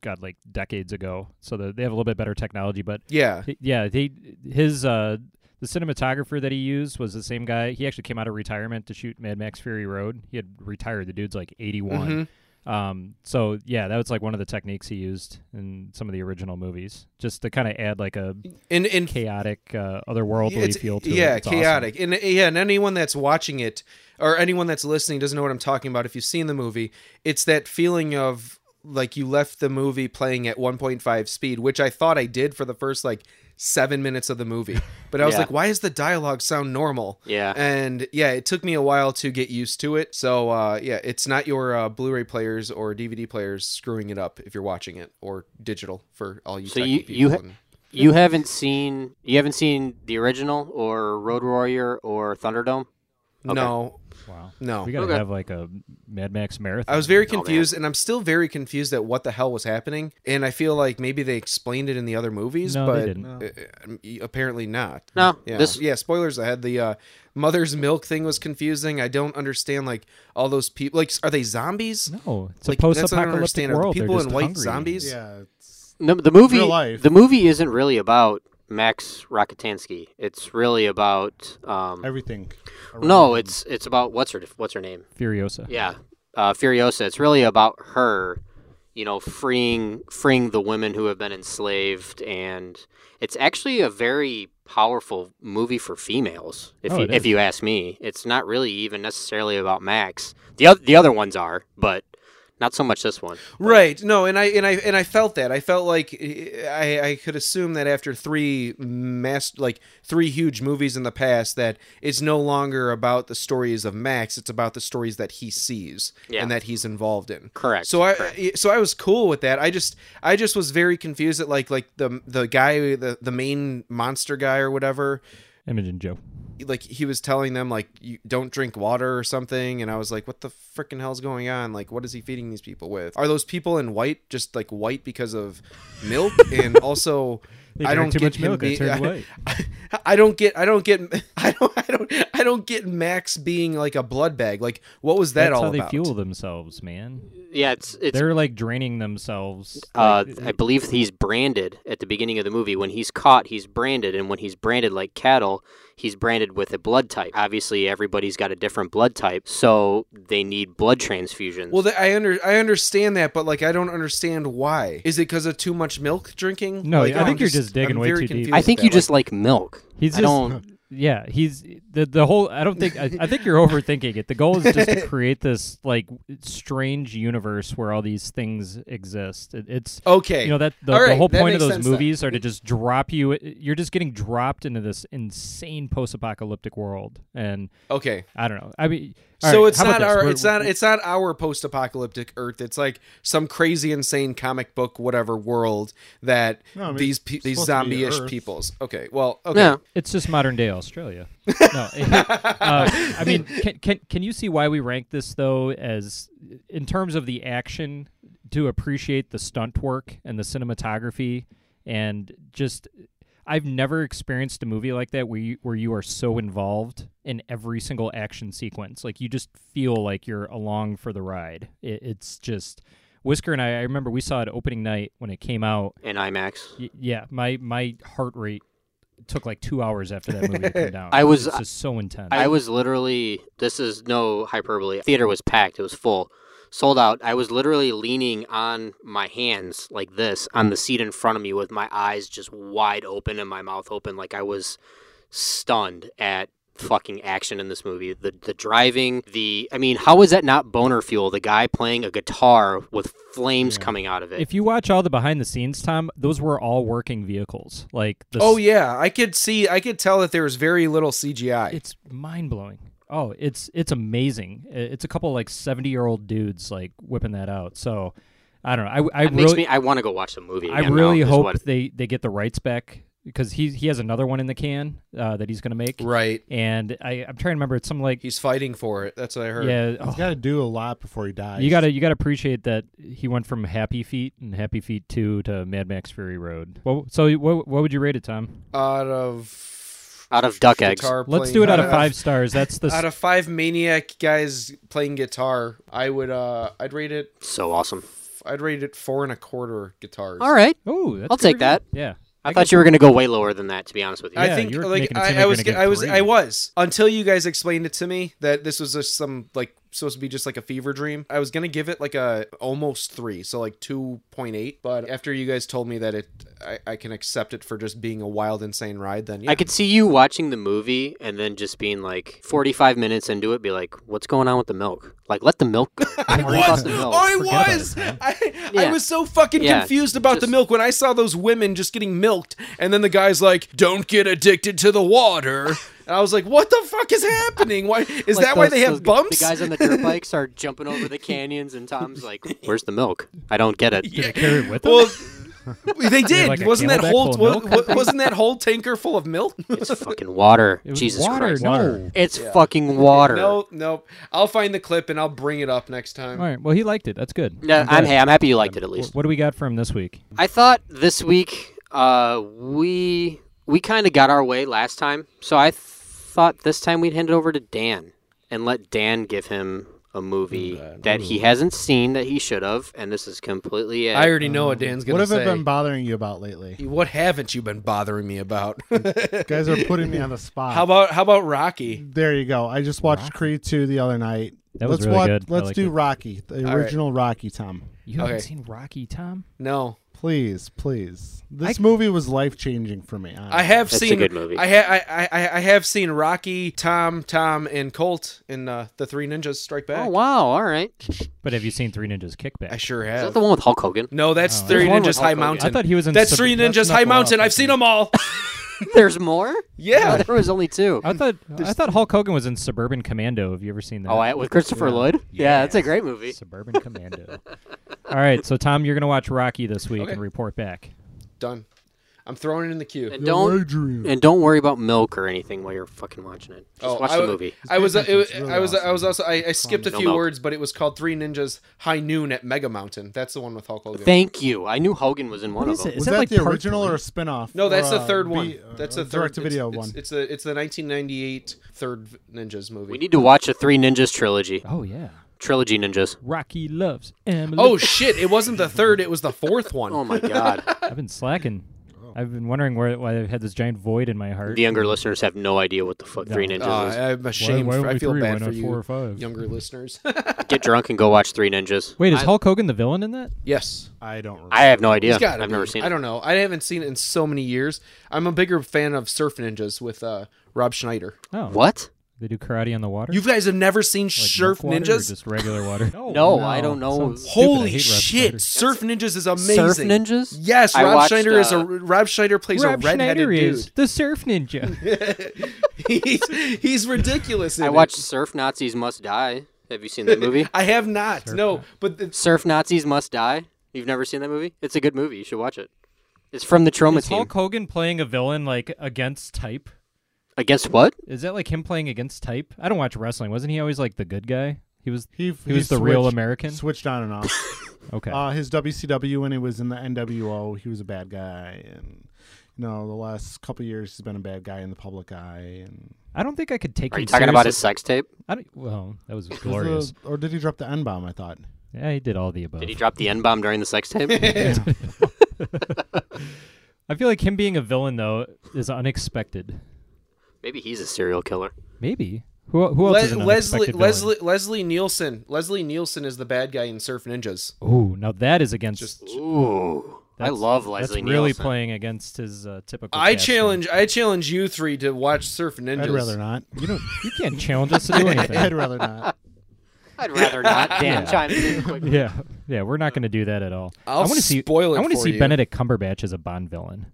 [SPEAKER 2] God, like decades ago. So the, they have a little bit better technology. But
[SPEAKER 9] Yeah.
[SPEAKER 2] he- yeah, they his uh the cinematographer that he used was the same guy. He actually came out of retirement to shoot Mad Max Fury Road. He had retired. The dude's like eighty
[SPEAKER 9] Mm-hmm.
[SPEAKER 2] Um, so yeah, that was like one of the techniques he used in some of the original movies, just to kind of add like a
[SPEAKER 9] And and
[SPEAKER 2] chaotic, uh, otherworldly
[SPEAKER 9] It's-
[SPEAKER 2] feel to
[SPEAKER 9] yeah,
[SPEAKER 2] it. It's awesome.
[SPEAKER 9] chaotic. And yeah, and anyone that's watching it or anyone that's listening doesn't know what I'm talking about. If you've seen the movie, it's that feeling of like you left the movie playing at 1.5 speed, which I thought I did for the first like seven minutes of the movie. But I was
[SPEAKER 8] Yeah.
[SPEAKER 9] like, why does the dialogue sound normal?
[SPEAKER 8] Yeah.
[SPEAKER 9] And yeah, it took me a while to get used to it. So uh, yeah, it's not your uh, Blu-ray players or DVD players screwing it up if you're watching it or digital for all you.
[SPEAKER 8] So
[SPEAKER 9] techie
[SPEAKER 8] you-
[SPEAKER 9] people.
[SPEAKER 8] you ha-
[SPEAKER 9] and-
[SPEAKER 8] You haven't seen you haven't seen the original or Road Warrior or Thunderdome.
[SPEAKER 9] No.
[SPEAKER 2] Wow.
[SPEAKER 9] No.
[SPEAKER 2] We gotta
[SPEAKER 8] Okay.
[SPEAKER 2] have like a Mad Max marathon.
[SPEAKER 9] Oh. I was very confused, and I'm still very confused at what the hell was happening. And I feel like maybe they explained it in the other movies,
[SPEAKER 2] No,
[SPEAKER 9] but
[SPEAKER 2] they didn't.
[SPEAKER 9] uh, uh, apparently not.
[SPEAKER 8] No,
[SPEAKER 9] Mm-hmm. Yeah.
[SPEAKER 8] this-
[SPEAKER 9] yeah. Spoilers ahead. The uh, mother's milk thing was confusing. I don't understand like all those people. Like, are they zombies?
[SPEAKER 2] No, it's
[SPEAKER 9] Like,
[SPEAKER 2] a
[SPEAKER 9] that's what I don't
[SPEAKER 2] post-apocalyptic
[SPEAKER 9] understand. Are the
[SPEAKER 2] world. They're
[SPEAKER 9] people in
[SPEAKER 2] just
[SPEAKER 9] white
[SPEAKER 2] hungry.
[SPEAKER 9] zombies?
[SPEAKER 7] Yeah, it's
[SPEAKER 8] No, the movie,
[SPEAKER 7] Real life.
[SPEAKER 8] the movie isn't really about Max Rakitansky. It's really about um,
[SPEAKER 7] everything.
[SPEAKER 8] no, it's it's about what's her what's her name?
[SPEAKER 2] Furiosa.
[SPEAKER 8] Yeah, uh, Furiosa. It's really about her, you know, freeing freeing the women who have been enslaved, and it's actually a very powerful movie for females. If
[SPEAKER 2] Oh,
[SPEAKER 8] you,
[SPEAKER 2] it
[SPEAKER 8] if
[SPEAKER 2] is.
[SPEAKER 8] you ask me, it's not really even necessarily about Max. the oth- The other ones are, but not so much this one.
[SPEAKER 9] Right. No, and I and I and I felt that. I felt like eh, I I could assume that after three mass like three huge movies in the past that it's no longer about the stories of Max, it's about the stories that he sees
[SPEAKER 8] Yeah.
[SPEAKER 9] and that he's involved in.
[SPEAKER 8] Correct.
[SPEAKER 9] So I eh,
[SPEAKER 8] correct.
[SPEAKER 9] so I was cool with that. I just I just was very confused at like like the the guy the the main monster guy or whatever
[SPEAKER 2] Imogen Joe.
[SPEAKER 9] like he was telling them like you don't drink water or something and i was like what the frickin' hell's going on like what is he feeding these people with are those people in white just like white because of milk
[SPEAKER 2] (laughs)
[SPEAKER 9] and also
[SPEAKER 2] They
[SPEAKER 9] i don't
[SPEAKER 2] drank too
[SPEAKER 9] get
[SPEAKER 2] much
[SPEAKER 9] him
[SPEAKER 2] milk, they
[SPEAKER 9] being-
[SPEAKER 2] turned white.
[SPEAKER 9] I, (laughs) I don't get i don't get (laughs) i don't i don't i don't get max being like a blood bag like what was that
[SPEAKER 2] That's
[SPEAKER 9] all
[SPEAKER 2] how they
[SPEAKER 9] about
[SPEAKER 2] fuel themselves, man.
[SPEAKER 8] yeah, it's it's
[SPEAKER 2] They're like draining themselves.
[SPEAKER 8] Uh,
[SPEAKER 2] like,
[SPEAKER 8] I believe he's branded at the beginning of the movie. When he's caught, he's branded, and when he's branded like cattle, he's branded with a blood type. Obviously, everybody's got a different blood type, so they need blood transfusions.
[SPEAKER 9] well th- i under i understand that but like i don't understand why is it because of too much milk drinking
[SPEAKER 2] No,
[SPEAKER 9] Like,
[SPEAKER 2] I think
[SPEAKER 9] I'm
[SPEAKER 2] you're just digging
[SPEAKER 9] I'm
[SPEAKER 2] way
[SPEAKER 9] very
[SPEAKER 2] too deep.
[SPEAKER 9] confused
[SPEAKER 8] I
[SPEAKER 9] with
[SPEAKER 8] think
[SPEAKER 9] that.
[SPEAKER 8] you
[SPEAKER 9] Like,
[SPEAKER 8] just like milk.
[SPEAKER 2] He's
[SPEAKER 8] I
[SPEAKER 2] just
[SPEAKER 8] don't.
[SPEAKER 2] (laughs) yeah. He's the the whole. I don't think. I, I think you're overthinking it. The goal is just
[SPEAKER 9] (laughs)
[SPEAKER 2] to create this like strange universe where all these things exist. It, it's
[SPEAKER 9] okay
[SPEAKER 2] you know that the,
[SPEAKER 9] All
[SPEAKER 2] the
[SPEAKER 9] right,
[SPEAKER 2] whole
[SPEAKER 9] that
[SPEAKER 2] point of
[SPEAKER 9] makes
[SPEAKER 2] those
[SPEAKER 9] sense then.
[SPEAKER 2] movies are to just drop you. You're just getting dropped into this insane post-apocalyptic world, and
[SPEAKER 9] okay
[SPEAKER 2] I don't know. I mean, all
[SPEAKER 9] So
[SPEAKER 2] right,
[SPEAKER 9] it's
[SPEAKER 2] how about
[SPEAKER 9] not
[SPEAKER 2] this?
[SPEAKER 9] our
[SPEAKER 2] We're-
[SPEAKER 9] it's not it's not our post-apocalyptic Earth. It's like some crazy, insane comic book whatever world that
[SPEAKER 7] No, I mean,
[SPEAKER 9] these pe-
[SPEAKER 7] it's
[SPEAKER 9] these
[SPEAKER 7] supposed to be
[SPEAKER 9] zombie-ish
[SPEAKER 7] Earth.
[SPEAKER 9] peoples. Okay, well, okay,
[SPEAKER 8] Yeah.
[SPEAKER 2] It's just modern day Australia. No, uh, I mean, can, can can you see why we rank this though as in terms of the action to appreciate the stunt work and the cinematography and just I've never experienced a movie like that where you, where you are so involved in every single action sequence. Like you just feel like you're along for the ride. It, it's just Whisker and I. I remember we saw it opening night when it came out.
[SPEAKER 8] In IMAX,
[SPEAKER 2] Y- yeah, my my heart rate took like two hours after that movie to
[SPEAKER 8] (laughs)
[SPEAKER 2] come down.
[SPEAKER 8] I was-
[SPEAKER 2] it's just so intense.
[SPEAKER 8] I was literally. This is no hyperbole. Theater was packed. It was full, sold out. I was literally leaning on my hands like this on the seat in front of me with my eyes just wide open and my mouth open, like I was stunned at fucking action in this movie. The the driving, the I mean, how is that not boner fuel? The guy playing a guitar with flames coming out of it.
[SPEAKER 2] if you watch all the behind the scenes, Tom, those were all working vehicles. Like the
[SPEAKER 9] Oh
[SPEAKER 2] s-
[SPEAKER 9] yeah, I could see, I could tell that there was very little CGI.
[SPEAKER 2] it's mind blowing. Oh, it's it's amazing. I- It's a couple like seventy year old dudes like whipping that out. So I don't know. I I
[SPEAKER 8] it makes
[SPEAKER 2] really
[SPEAKER 8] me I want to go watch the movie.
[SPEAKER 2] I
[SPEAKER 8] again now,
[SPEAKER 2] really
[SPEAKER 8] is
[SPEAKER 2] hope
[SPEAKER 8] what-
[SPEAKER 2] they they get the rights back because he he has another one in the can uh, that he's gonna make.
[SPEAKER 9] Right,
[SPEAKER 2] And I I'm trying to remember it's some like
[SPEAKER 9] he's fighting for it. That's what I heard.
[SPEAKER 2] yeah.
[SPEAKER 7] He's
[SPEAKER 2] oh,
[SPEAKER 7] got to do a lot before he dies.
[SPEAKER 2] You gotta you gotta appreciate that he went from Happy Feet and Happy Feet Two to Mad Max Fury Road. Well, so what what would you rate it, Tom?
[SPEAKER 9] Out of
[SPEAKER 8] out of duck eggs.
[SPEAKER 9] guitar
[SPEAKER 2] Let's
[SPEAKER 9] playing-
[SPEAKER 2] do it out of five stars.
[SPEAKER 9] (laughs)
[SPEAKER 2] That's the s-
[SPEAKER 9] Out of five maniac guys playing guitar, I would uh, I'd rate it.
[SPEAKER 8] So awesome.
[SPEAKER 9] I'd rate it four and a quarter guitars.
[SPEAKER 8] All right.
[SPEAKER 2] oh, that's
[SPEAKER 8] I'll
[SPEAKER 2] a good
[SPEAKER 8] take
[SPEAKER 2] review.
[SPEAKER 8] that.
[SPEAKER 2] Yeah,
[SPEAKER 8] I thought you were going to go way lower than that, to be honest with you.
[SPEAKER 9] I
[SPEAKER 2] Yeah,
[SPEAKER 9] think
[SPEAKER 2] you were
[SPEAKER 9] like
[SPEAKER 2] making it
[SPEAKER 9] I,
[SPEAKER 2] seem
[SPEAKER 9] I
[SPEAKER 2] like
[SPEAKER 9] was
[SPEAKER 2] you're gonna
[SPEAKER 9] I
[SPEAKER 2] get
[SPEAKER 9] was
[SPEAKER 2] three.
[SPEAKER 9] I was until you guys explained it to me that this was just some like supposed to be just like a fever dream. I was gonna give it like a almost three, so like two point eight. But after you guys told me that it, I, I can accept it for just being a wild, insane ride. Then yeah.
[SPEAKER 8] I could see you watching the movie and then just being like 45 minutes into it, be like, what's going on with the milk? Like, let the milk go.
[SPEAKER 9] I
[SPEAKER 8] Worry about
[SPEAKER 9] was.
[SPEAKER 8] the
[SPEAKER 9] Oh,
[SPEAKER 2] (laughs)
[SPEAKER 8] milk.
[SPEAKER 9] I
[SPEAKER 2] about it,
[SPEAKER 9] was. (laughs) I, I
[SPEAKER 8] Yeah.
[SPEAKER 9] was so fucking
[SPEAKER 8] Yeah,
[SPEAKER 9] confused about the
[SPEAKER 8] just-
[SPEAKER 9] milk when I saw those women just getting milked, and then the guy's like, "Don't get addicted to the
[SPEAKER 8] (laughs)
[SPEAKER 9] water." And I was like, "What the fuck is happening? Why is
[SPEAKER 8] Like
[SPEAKER 9] that why
[SPEAKER 8] those-
[SPEAKER 9] they
[SPEAKER 8] those-
[SPEAKER 9] have bumps?"
[SPEAKER 8] The guys on the
[SPEAKER 9] (laughs)
[SPEAKER 8] dirt bikes
[SPEAKER 9] (laughs)
[SPEAKER 8] are jumping over the canyons, and Tom's like, where's the milk? I don't get
[SPEAKER 2] (laughs)
[SPEAKER 8] it.
[SPEAKER 2] Did it carry it with them?
[SPEAKER 9] Well, They did.
[SPEAKER 2] like a
[SPEAKER 9] wasn't that
[SPEAKER 2] camelback
[SPEAKER 9] whole
[SPEAKER 2] full of
[SPEAKER 9] wa- wa- wasn't that whole tanker full of
[SPEAKER 8] (laughs)
[SPEAKER 9] milk? (laughs)
[SPEAKER 8] Fucking water.
[SPEAKER 2] It was
[SPEAKER 8] Jesus
[SPEAKER 2] water,
[SPEAKER 8] Christ.
[SPEAKER 2] no.
[SPEAKER 8] It's fucking water.
[SPEAKER 9] No, no. I'll find the clip and I'll bring it up next time.
[SPEAKER 2] All right. Well, he liked it. That's good.
[SPEAKER 8] No, I'm,
[SPEAKER 2] glad.
[SPEAKER 8] hey, I'm happy you liked it at least.
[SPEAKER 2] What do we got for him this week?
[SPEAKER 8] I thought this week uh, we we kind of got our way last time, so I th- thought this time we'd hand it over to Dan and let Dan give him a movie that he hasn't seen that he should have, and this is completely it.
[SPEAKER 9] I already know
[SPEAKER 2] Um,
[SPEAKER 9] what Dan's gonna
[SPEAKER 7] What have
[SPEAKER 9] say.
[SPEAKER 7] I been bothering you about lately?
[SPEAKER 9] what haven't you been bothering me about? (laughs)
[SPEAKER 7] You guys are putting me on the spot.
[SPEAKER 9] how about how about Rocky?
[SPEAKER 7] There you go. I just watched Creed 2 the other night.
[SPEAKER 2] That was
[SPEAKER 7] let's
[SPEAKER 2] really
[SPEAKER 7] watch,
[SPEAKER 2] good. I
[SPEAKER 7] Let's
[SPEAKER 2] liked
[SPEAKER 7] do
[SPEAKER 2] it.
[SPEAKER 7] Rocky, the
[SPEAKER 9] right.
[SPEAKER 7] original Rocky, Tom.
[SPEAKER 2] You
[SPEAKER 9] haven't
[SPEAKER 2] haven't
[SPEAKER 9] Okay.
[SPEAKER 2] seen Rocky, Tom?
[SPEAKER 9] No,
[SPEAKER 7] Please, please. This movie was life changing for me. Uh,
[SPEAKER 9] I have
[SPEAKER 8] That's a
[SPEAKER 9] seen
[SPEAKER 8] good movie.
[SPEAKER 9] I, ha- I, I I have seen Rocky, Tom, Tom, and Colt in uh, the Three Ninjas Strike Back.
[SPEAKER 8] Oh wow! All right, is
[SPEAKER 2] But have you seen Three Ninjas Kickback?
[SPEAKER 9] I sure
[SPEAKER 8] that
[SPEAKER 9] have.
[SPEAKER 8] the one with Hulk Hogan?
[SPEAKER 9] no, that's
[SPEAKER 2] Oh,
[SPEAKER 9] Three
[SPEAKER 8] There's one with
[SPEAKER 9] Ninjas High
[SPEAKER 8] Hulk Hogan.
[SPEAKER 9] Mountain.
[SPEAKER 2] I thought he was in
[SPEAKER 9] that's
[SPEAKER 2] Sub-
[SPEAKER 9] Three
[SPEAKER 2] that's
[SPEAKER 9] Ninjas High
[SPEAKER 2] Knuckle Up,
[SPEAKER 9] Mountain.
[SPEAKER 2] I
[SPEAKER 9] I've seen them all. (laughs)
[SPEAKER 8] There's more.
[SPEAKER 9] yeah.
[SPEAKER 8] there was only two.
[SPEAKER 2] I thought I thought Hulk Hogan was in Suburban Commando. Have you ever seen that?
[SPEAKER 8] Oh, I, with Christopher Lloyd. Yeah, that's a great movie.
[SPEAKER 2] Suburban
[SPEAKER 8] (laughs)
[SPEAKER 2] Commando. All right, so Tom, you're gonna watch Rocky this week and report back.
[SPEAKER 9] Done. I'm throwing it in the queue.
[SPEAKER 8] And don't
[SPEAKER 7] Adrian.
[SPEAKER 8] and don't worry about milk or anything while you're fucking watching it. Just watch
[SPEAKER 9] Oh, I,
[SPEAKER 8] the
[SPEAKER 9] w-
[SPEAKER 8] movie.
[SPEAKER 9] I was, it was,
[SPEAKER 7] It's really
[SPEAKER 9] I was, I
[SPEAKER 7] awesome.
[SPEAKER 9] was also, I, I skipped a
[SPEAKER 8] No
[SPEAKER 9] few
[SPEAKER 8] milk.
[SPEAKER 9] words, but it was called Three Ninjas High Noon at Mega Mountain. That's the one with Hulk Hogan.
[SPEAKER 8] Thank you. I knew Hogan was in one of them.
[SPEAKER 7] Was that, the original or a uh, spin off?
[SPEAKER 9] no, that's the third one. that's the third
[SPEAKER 7] Direct to video
[SPEAKER 9] it's,
[SPEAKER 7] one.
[SPEAKER 9] It's, it's the it's the 1998 third v- Ninjas movie.
[SPEAKER 8] We need to watch a Three Ninjas trilogy.
[SPEAKER 2] Oh yeah,
[SPEAKER 8] Trilogy Ninjas.
[SPEAKER 2] Rocky loves Emily.
[SPEAKER 9] oh shit! It wasn't the third; it was the fourth one. (laughs)
[SPEAKER 8] Oh my God.
[SPEAKER 2] I've been slacking. I've been wondering where why I've had this giant void in my heart.
[SPEAKER 8] the younger listeners have no idea what the fuck Three Ninjas
[SPEAKER 9] Uh,
[SPEAKER 8] is.
[SPEAKER 9] I'm ashamed.
[SPEAKER 2] why
[SPEAKER 9] for- I
[SPEAKER 2] only
[SPEAKER 9] feel
[SPEAKER 2] three? Why
[SPEAKER 9] bad for
[SPEAKER 2] not
[SPEAKER 9] you,
[SPEAKER 2] four or five?
[SPEAKER 9] younger listeners. (laughs)
[SPEAKER 8] Get drunk and go watch Three Ninjas.
[SPEAKER 2] Wait, is
[SPEAKER 8] I,
[SPEAKER 2] Hulk Hogan the villain in that?
[SPEAKER 9] yes,
[SPEAKER 7] I don't remember.
[SPEAKER 8] I have no idea.
[SPEAKER 9] It's
[SPEAKER 8] I've
[SPEAKER 9] gotta be.
[SPEAKER 8] never seen
[SPEAKER 9] I
[SPEAKER 8] it.
[SPEAKER 9] don't know. I haven't seen it in so many years. I'm a bigger fan of Surf Ninjas with uh, Rob Schneider.
[SPEAKER 2] Oh,
[SPEAKER 8] What?
[SPEAKER 2] They do karate on the water.
[SPEAKER 9] You guys have never seen
[SPEAKER 2] Like
[SPEAKER 9] Surf
[SPEAKER 2] milk water or
[SPEAKER 9] Ninjas?
[SPEAKER 2] just regular water. no,
[SPEAKER 8] No, I don't know.
[SPEAKER 2] sounds- Stupid, I
[SPEAKER 9] Holy
[SPEAKER 2] hate Rob
[SPEAKER 9] shit!
[SPEAKER 2] Schneider.
[SPEAKER 9] Surf Ninjas is amazing.
[SPEAKER 8] Surf Ninjas?
[SPEAKER 9] Yes,
[SPEAKER 8] I
[SPEAKER 9] Rob
[SPEAKER 8] watched,
[SPEAKER 9] Schneider is
[SPEAKER 8] uh,
[SPEAKER 9] a Rob Schneider plays
[SPEAKER 2] Rob
[SPEAKER 9] a redheaded
[SPEAKER 2] Schneider is
[SPEAKER 9] dude.
[SPEAKER 2] the surf ninja.
[SPEAKER 9] (laughs) he's he's ridiculous. in
[SPEAKER 8] I
[SPEAKER 9] it.
[SPEAKER 8] watched Surf Nazis Must Die. Have you seen that movie?
[SPEAKER 9] I have not. no, but the,
[SPEAKER 8] (laughs) Surf Nazis Must Die. You've never seen that movie? It's a good movie. You should watch it. It's from the Trauma
[SPEAKER 2] is
[SPEAKER 8] Team.
[SPEAKER 2] Hulk Hogan playing a villain like against type?
[SPEAKER 8] Against what?
[SPEAKER 2] Is that like him playing against type? I don't watch wrestling. Wasn't he always like the good guy? He was.
[SPEAKER 7] He,
[SPEAKER 2] He was the real American?
[SPEAKER 7] Switched on and off.
[SPEAKER 2] Okay.
[SPEAKER 7] uh, his WCW when he was in the NWO, he was a bad guy, and you know the last couple years he's been a bad guy in the public eye. And
[SPEAKER 2] I don't think I could take.
[SPEAKER 8] Are you
[SPEAKER 2] him
[SPEAKER 8] talking about his
[SPEAKER 2] seriously.
[SPEAKER 8] sex tape?
[SPEAKER 2] I don't, well, that (laughs) was glorious.
[SPEAKER 7] or did he drop the N bomb? I thought.
[SPEAKER 2] Yeah, he did all the above.
[SPEAKER 8] Did he drop the N bomb during the
[SPEAKER 9] (laughs)
[SPEAKER 8] sex tape?
[SPEAKER 2] I feel like him being a villain though is unexpected.
[SPEAKER 8] Maybe he's a serial killer.
[SPEAKER 2] Maybe. Who, who else is
[SPEAKER 9] Le-
[SPEAKER 2] an
[SPEAKER 9] Leslie
[SPEAKER 2] unexpected villain?
[SPEAKER 9] Leslie Leslie Nielsen Leslie Nielsen is the bad guy in Surf Ninjas.
[SPEAKER 2] Ooh, now that is against.
[SPEAKER 8] Ooh. I
[SPEAKER 2] that's-
[SPEAKER 8] love Leslie
[SPEAKER 2] That's really
[SPEAKER 8] Nielsen.
[SPEAKER 2] playing against his uh, typical.
[SPEAKER 9] I
[SPEAKER 2] casting.
[SPEAKER 9] challenge I challenge you three to watch Surf Ninjas.
[SPEAKER 7] I'd rather not.
[SPEAKER 2] You don't. You can't challenge
[SPEAKER 9] (laughs)
[SPEAKER 2] us to do
[SPEAKER 7] I'd
[SPEAKER 2] anything.
[SPEAKER 7] rather not.
[SPEAKER 8] I'd
[SPEAKER 2] (laughs)
[SPEAKER 8] rather not. Dan chimes in quickly.
[SPEAKER 2] yeah, yeah, we're not going to do that at all.
[SPEAKER 9] I'll
[SPEAKER 2] want to see.
[SPEAKER 9] spoil it
[SPEAKER 2] I want to
[SPEAKER 9] for
[SPEAKER 2] see
[SPEAKER 9] you.
[SPEAKER 2] Benedict Cumberbatch as a Bond villain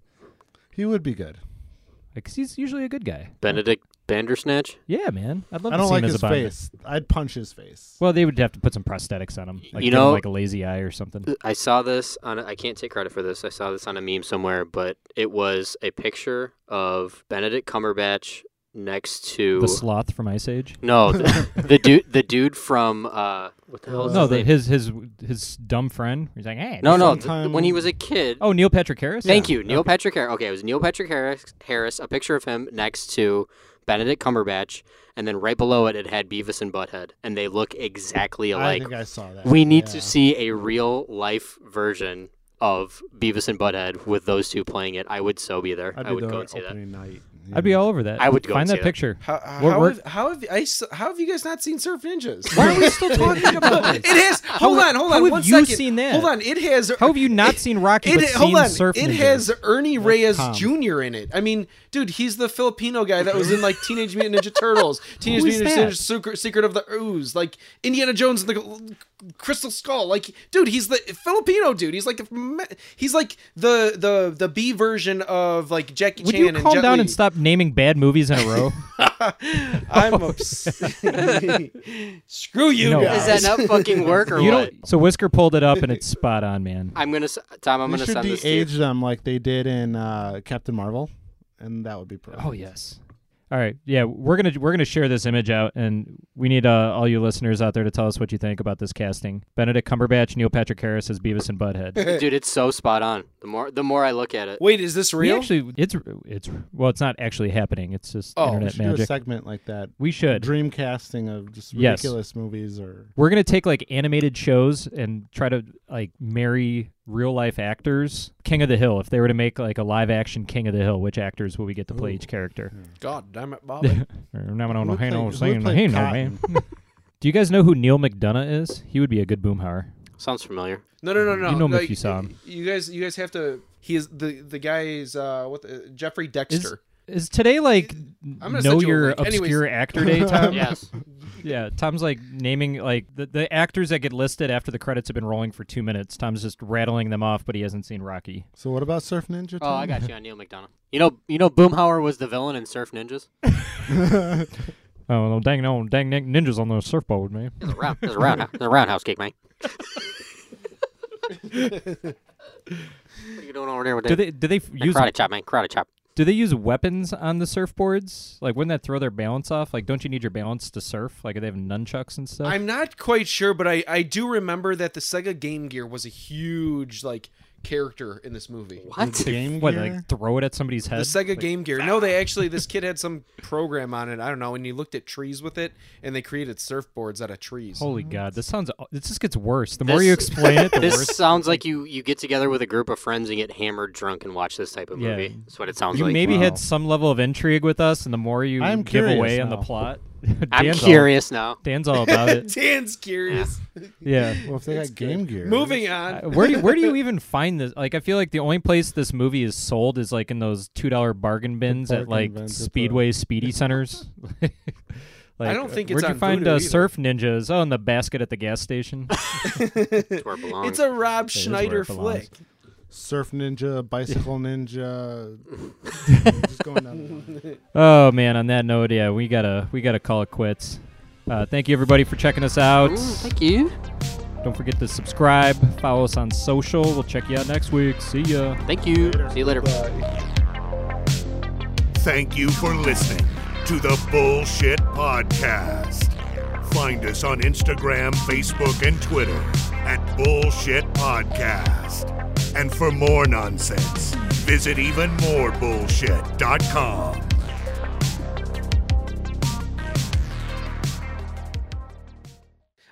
[SPEAKER 7] He would be good.
[SPEAKER 2] because he's usually a good guy.
[SPEAKER 8] Benedict Bandersnatch.
[SPEAKER 2] Yeah, man, I'd love
[SPEAKER 7] I
[SPEAKER 2] to
[SPEAKER 7] don't
[SPEAKER 2] see
[SPEAKER 7] like
[SPEAKER 2] him as a
[SPEAKER 7] his
[SPEAKER 2] Bond.
[SPEAKER 7] face. I'd punch his face.
[SPEAKER 2] Well, they would have to put some prosthetics on him, like
[SPEAKER 8] You
[SPEAKER 2] give him,
[SPEAKER 8] know-
[SPEAKER 2] like a lazy eye or something.
[SPEAKER 8] I saw this on. A, I can't take credit for this. I saw this on a meme somewhere, but it was a picture of Benedict Cumberbatch next to
[SPEAKER 2] The sloth from Ice Age. (laughs)
[SPEAKER 8] no the, the dude the dude from uh what the hell is
[SPEAKER 2] no,
[SPEAKER 8] his
[SPEAKER 2] the,
[SPEAKER 8] name?
[SPEAKER 2] his his his dumb friend. He's like, hey.
[SPEAKER 8] no
[SPEAKER 2] this-
[SPEAKER 8] no th-
[SPEAKER 7] sometime-
[SPEAKER 8] when he was a kid.
[SPEAKER 2] Oh, Neil Patrick Harris.
[SPEAKER 8] Thank
[SPEAKER 2] Yeah.
[SPEAKER 8] you, Neil Patrick Harris. Okay, it was Neil Patrick Harris, Harris. A picture of him next to Benedict Cumberbatch, and then right below it, it had Beavis and Butthead, and they look exactly
[SPEAKER 7] I
[SPEAKER 8] alike.
[SPEAKER 7] think I saw that.
[SPEAKER 8] We need
[SPEAKER 7] Yeah.
[SPEAKER 8] to see a real life version of Beavis and Butthead with those two playing it. I would so be there.
[SPEAKER 7] I'd be
[SPEAKER 8] I would
[SPEAKER 7] there
[SPEAKER 8] go and see that.
[SPEAKER 7] opening night. Yeah.
[SPEAKER 2] I'd be all over that.
[SPEAKER 8] I would go
[SPEAKER 2] find
[SPEAKER 8] and see
[SPEAKER 2] that
[SPEAKER 8] that.
[SPEAKER 2] picture.
[SPEAKER 9] How,
[SPEAKER 2] We're-
[SPEAKER 9] how,
[SPEAKER 2] we're-
[SPEAKER 9] have, how, have, I s- how have you guys not seen Surf Ninjas?
[SPEAKER 2] Why are we still
[SPEAKER 9] (laughs)
[SPEAKER 2] talking about
[SPEAKER 9] it
[SPEAKER 2] this?
[SPEAKER 9] has. Hold on, hold
[SPEAKER 2] how
[SPEAKER 9] on.
[SPEAKER 2] have
[SPEAKER 9] one
[SPEAKER 2] you
[SPEAKER 9] second.
[SPEAKER 2] seen that?
[SPEAKER 9] Hold on. It has.
[SPEAKER 2] How have you not seen Rocky
[SPEAKER 9] It,
[SPEAKER 2] but
[SPEAKER 9] hold
[SPEAKER 2] seen
[SPEAKER 9] on.
[SPEAKER 2] Surf
[SPEAKER 9] it
[SPEAKER 2] Ninjas?
[SPEAKER 9] has Ernie Reyes Jr. in it. I mean, dude, he's the Filipino guy that was in like Teenage Mutant Ninja Turtles, Teenage
[SPEAKER 2] (laughs) Who is
[SPEAKER 9] Mutant Ninja
[SPEAKER 2] that?
[SPEAKER 9] Turtles, Secret, Secret of the Ooze, like Indiana Jones and the Crystal Skull. Like, dude, he's the Filipino dude. He's like a- he's like the the the B version of like Jackie
[SPEAKER 2] Would
[SPEAKER 9] Chan
[SPEAKER 2] you
[SPEAKER 9] and
[SPEAKER 2] calm
[SPEAKER 9] Jet
[SPEAKER 2] down
[SPEAKER 9] Li.
[SPEAKER 2] and stop naming bad movies in a
[SPEAKER 9] (laughs)
[SPEAKER 2] row? (laughs)
[SPEAKER 9] I'm obs- (laughs) Screw you
[SPEAKER 2] No.
[SPEAKER 9] guys.
[SPEAKER 8] Is
[SPEAKER 7] (laughs)
[SPEAKER 8] that not fucking work or
[SPEAKER 2] you
[SPEAKER 8] what?
[SPEAKER 2] don't. So Whisker pulled it up, and it's spot on, man.
[SPEAKER 8] I'm gonna s- Tom. I'm
[SPEAKER 7] They
[SPEAKER 8] gonna
[SPEAKER 7] should
[SPEAKER 8] send this to you.
[SPEAKER 7] de-age them like they did in uh, Captain Marvel, and that would be perfect.
[SPEAKER 2] Oh yes. All right. Yeah, we're gonna we're gonna share this image out, and we need uh, all you listeners out there to tell us what you think about this casting. Benedict Cumberbatch, Neil Patrick Harris as Beavis
[SPEAKER 9] (laughs)
[SPEAKER 2] and Butthead.
[SPEAKER 8] dude. It's so spot on. The more the more I look at it,
[SPEAKER 9] Wait, is this
[SPEAKER 2] we
[SPEAKER 9] real?
[SPEAKER 2] actually, it's it's well, it's not actually happening. It's just
[SPEAKER 9] Oh,
[SPEAKER 7] we
[SPEAKER 2] internet
[SPEAKER 7] should do a
[SPEAKER 2] magic.
[SPEAKER 7] segment like that.
[SPEAKER 2] we should.
[SPEAKER 7] Dream casting of just
[SPEAKER 2] Yes.
[SPEAKER 7] ridiculous movies or
[SPEAKER 2] We're gonna take like animated shows and try to like marry real life actors. King of the Hill. If they were to make like a live action King of the Hill, which actors will we get to play each character?
[SPEAKER 9] Hmm.
[SPEAKER 2] Uh,
[SPEAKER 9] God damn it,
[SPEAKER 2] (laughs)
[SPEAKER 9] Bobby.
[SPEAKER 2] Or, no, no,
[SPEAKER 7] Who
[SPEAKER 2] no,
[SPEAKER 7] would
[SPEAKER 2] hey, no,
[SPEAKER 7] play- who
[SPEAKER 2] say
[SPEAKER 7] would
[SPEAKER 2] no,
[SPEAKER 7] play
[SPEAKER 2] hey, no,
[SPEAKER 7] Cotton?
[SPEAKER 2] man. Do you guys know who Neil McDonough is? He would be a good boomhauer.
[SPEAKER 8] sounds familiar.
[SPEAKER 9] No, no, no, no.
[SPEAKER 2] You know him if
[SPEAKER 9] Like,
[SPEAKER 2] you saw him.
[SPEAKER 9] You guys, you guys have to. He is the the guy is uh what the, Jeffrey
[SPEAKER 2] Is,
[SPEAKER 9] Dexter.
[SPEAKER 2] is today like
[SPEAKER 9] I'm gonna
[SPEAKER 2] know
[SPEAKER 9] send you a
[SPEAKER 2] your
[SPEAKER 9] link. Anyways.
[SPEAKER 2] obscure actor
[SPEAKER 9] (laughs)
[SPEAKER 2] day, Tom?
[SPEAKER 8] Yes.
[SPEAKER 2] yeah, Tom's like naming like the, the actors that get listed after the credits have been rolling for two minutes. Tom's just rattling them off, but he hasn't seen Rocky.
[SPEAKER 7] (laughs) so. What about Surf Ninja?
[SPEAKER 8] Oh, I got you on Neil McDonough. You know, you know, Boomhauer was the villain in Surf Ninjas.
[SPEAKER 2] Oh, no, dang, no, dang, nin- ninjas on the surfboard, man.
[SPEAKER 8] It's a round, it's a roundhouse, it's a roundhouse kick, man. what are you doing over there with
[SPEAKER 2] Do
[SPEAKER 8] that?
[SPEAKER 2] they do they f-
[SPEAKER 8] that
[SPEAKER 2] use
[SPEAKER 8] karate chop, man? Karate chop.
[SPEAKER 2] do they use weapons on the surfboards? Like, wouldn't that throw their balance off? Like, don't you need your balance to surf? Like, do they have nunchucks and stuff?
[SPEAKER 9] I'm not quite sure, but I I do remember that the Sega Game Gear was a huge like character in this movie.
[SPEAKER 8] What?
[SPEAKER 7] Game
[SPEAKER 2] what, (laughs)
[SPEAKER 7] Gear?
[SPEAKER 2] like throw it at somebody's head?
[SPEAKER 9] The Sega Game Gear. No, they actually this kid had some program on it. I don't know, and he looked at trees with it, and they created surfboards out of trees.
[SPEAKER 2] Holy God, this sounds. This just gets worse. The more
[SPEAKER 8] This-
[SPEAKER 2] you explain
[SPEAKER 8] (laughs)
[SPEAKER 2] it, the
[SPEAKER 8] This
[SPEAKER 2] worse.
[SPEAKER 8] sounds like you you get together with a group of friends and get hammered drunk and watch this type of
[SPEAKER 2] Yeah.
[SPEAKER 8] movie. That's what it sounds
[SPEAKER 2] You
[SPEAKER 8] like.
[SPEAKER 2] maybe
[SPEAKER 7] Wow.
[SPEAKER 2] had some level of intrigue with us, and the more you
[SPEAKER 7] I'm
[SPEAKER 2] give away
[SPEAKER 7] curious
[SPEAKER 2] on the
[SPEAKER 7] now.
[SPEAKER 2] plot, (laughs)
[SPEAKER 8] I'm
[SPEAKER 2] Dan's all-
[SPEAKER 8] curious now.
[SPEAKER 2] Dan's all about
[SPEAKER 7] (laughs)
[SPEAKER 2] it.
[SPEAKER 9] (laughs) Dan's
[SPEAKER 2] (laughs)
[SPEAKER 9] curious.
[SPEAKER 2] Yeah.
[SPEAKER 7] Well, if they got Game Gear,
[SPEAKER 9] Moving on.
[SPEAKER 2] Uh, (laughs) Where do you, where do
[SPEAKER 7] (laughs)
[SPEAKER 2] you even find this? Like, I feel like the only place this movie is sold is like in those two dollar bargain bins at
[SPEAKER 7] bargain
[SPEAKER 2] like
[SPEAKER 7] bins at the-
[SPEAKER 2] Speedway Speedy Centers. (laughs) like,
[SPEAKER 9] I don't think
[SPEAKER 2] uh,
[SPEAKER 9] it's
[SPEAKER 2] Where'd
[SPEAKER 9] on
[SPEAKER 2] you find
[SPEAKER 9] Vudu
[SPEAKER 2] uh,
[SPEAKER 9] either.
[SPEAKER 2] surf ninjas? Oh, in the basket at the gas station. (laughs)
[SPEAKER 8] It's where it belongs.
[SPEAKER 9] It's a Rob
[SPEAKER 2] is where it
[SPEAKER 9] Schneider
[SPEAKER 2] belongs.
[SPEAKER 9] flick.
[SPEAKER 7] Surf Ninja, Bicycle Ninja.
[SPEAKER 8] (laughs)
[SPEAKER 7] just going down. the line.
[SPEAKER 2] Oh man, on that note, yeah, we gotta we gotta call it quits. Uh, thank you everybody for checking us out.
[SPEAKER 8] Mm, thank you.
[SPEAKER 2] Don't forget to subscribe, follow us on social. We'll check you out next week. See ya.
[SPEAKER 8] Thank you. See you later.
[SPEAKER 6] Thank you for listening to the Bullshit Podcast. Find us on Instagram, Facebook, and Twitter at Bullshit Podcast. And for more nonsense, visit evenmorebullshit.com.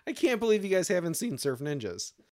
[SPEAKER 9] I can't believe you guys haven't seen Surf Ninjas.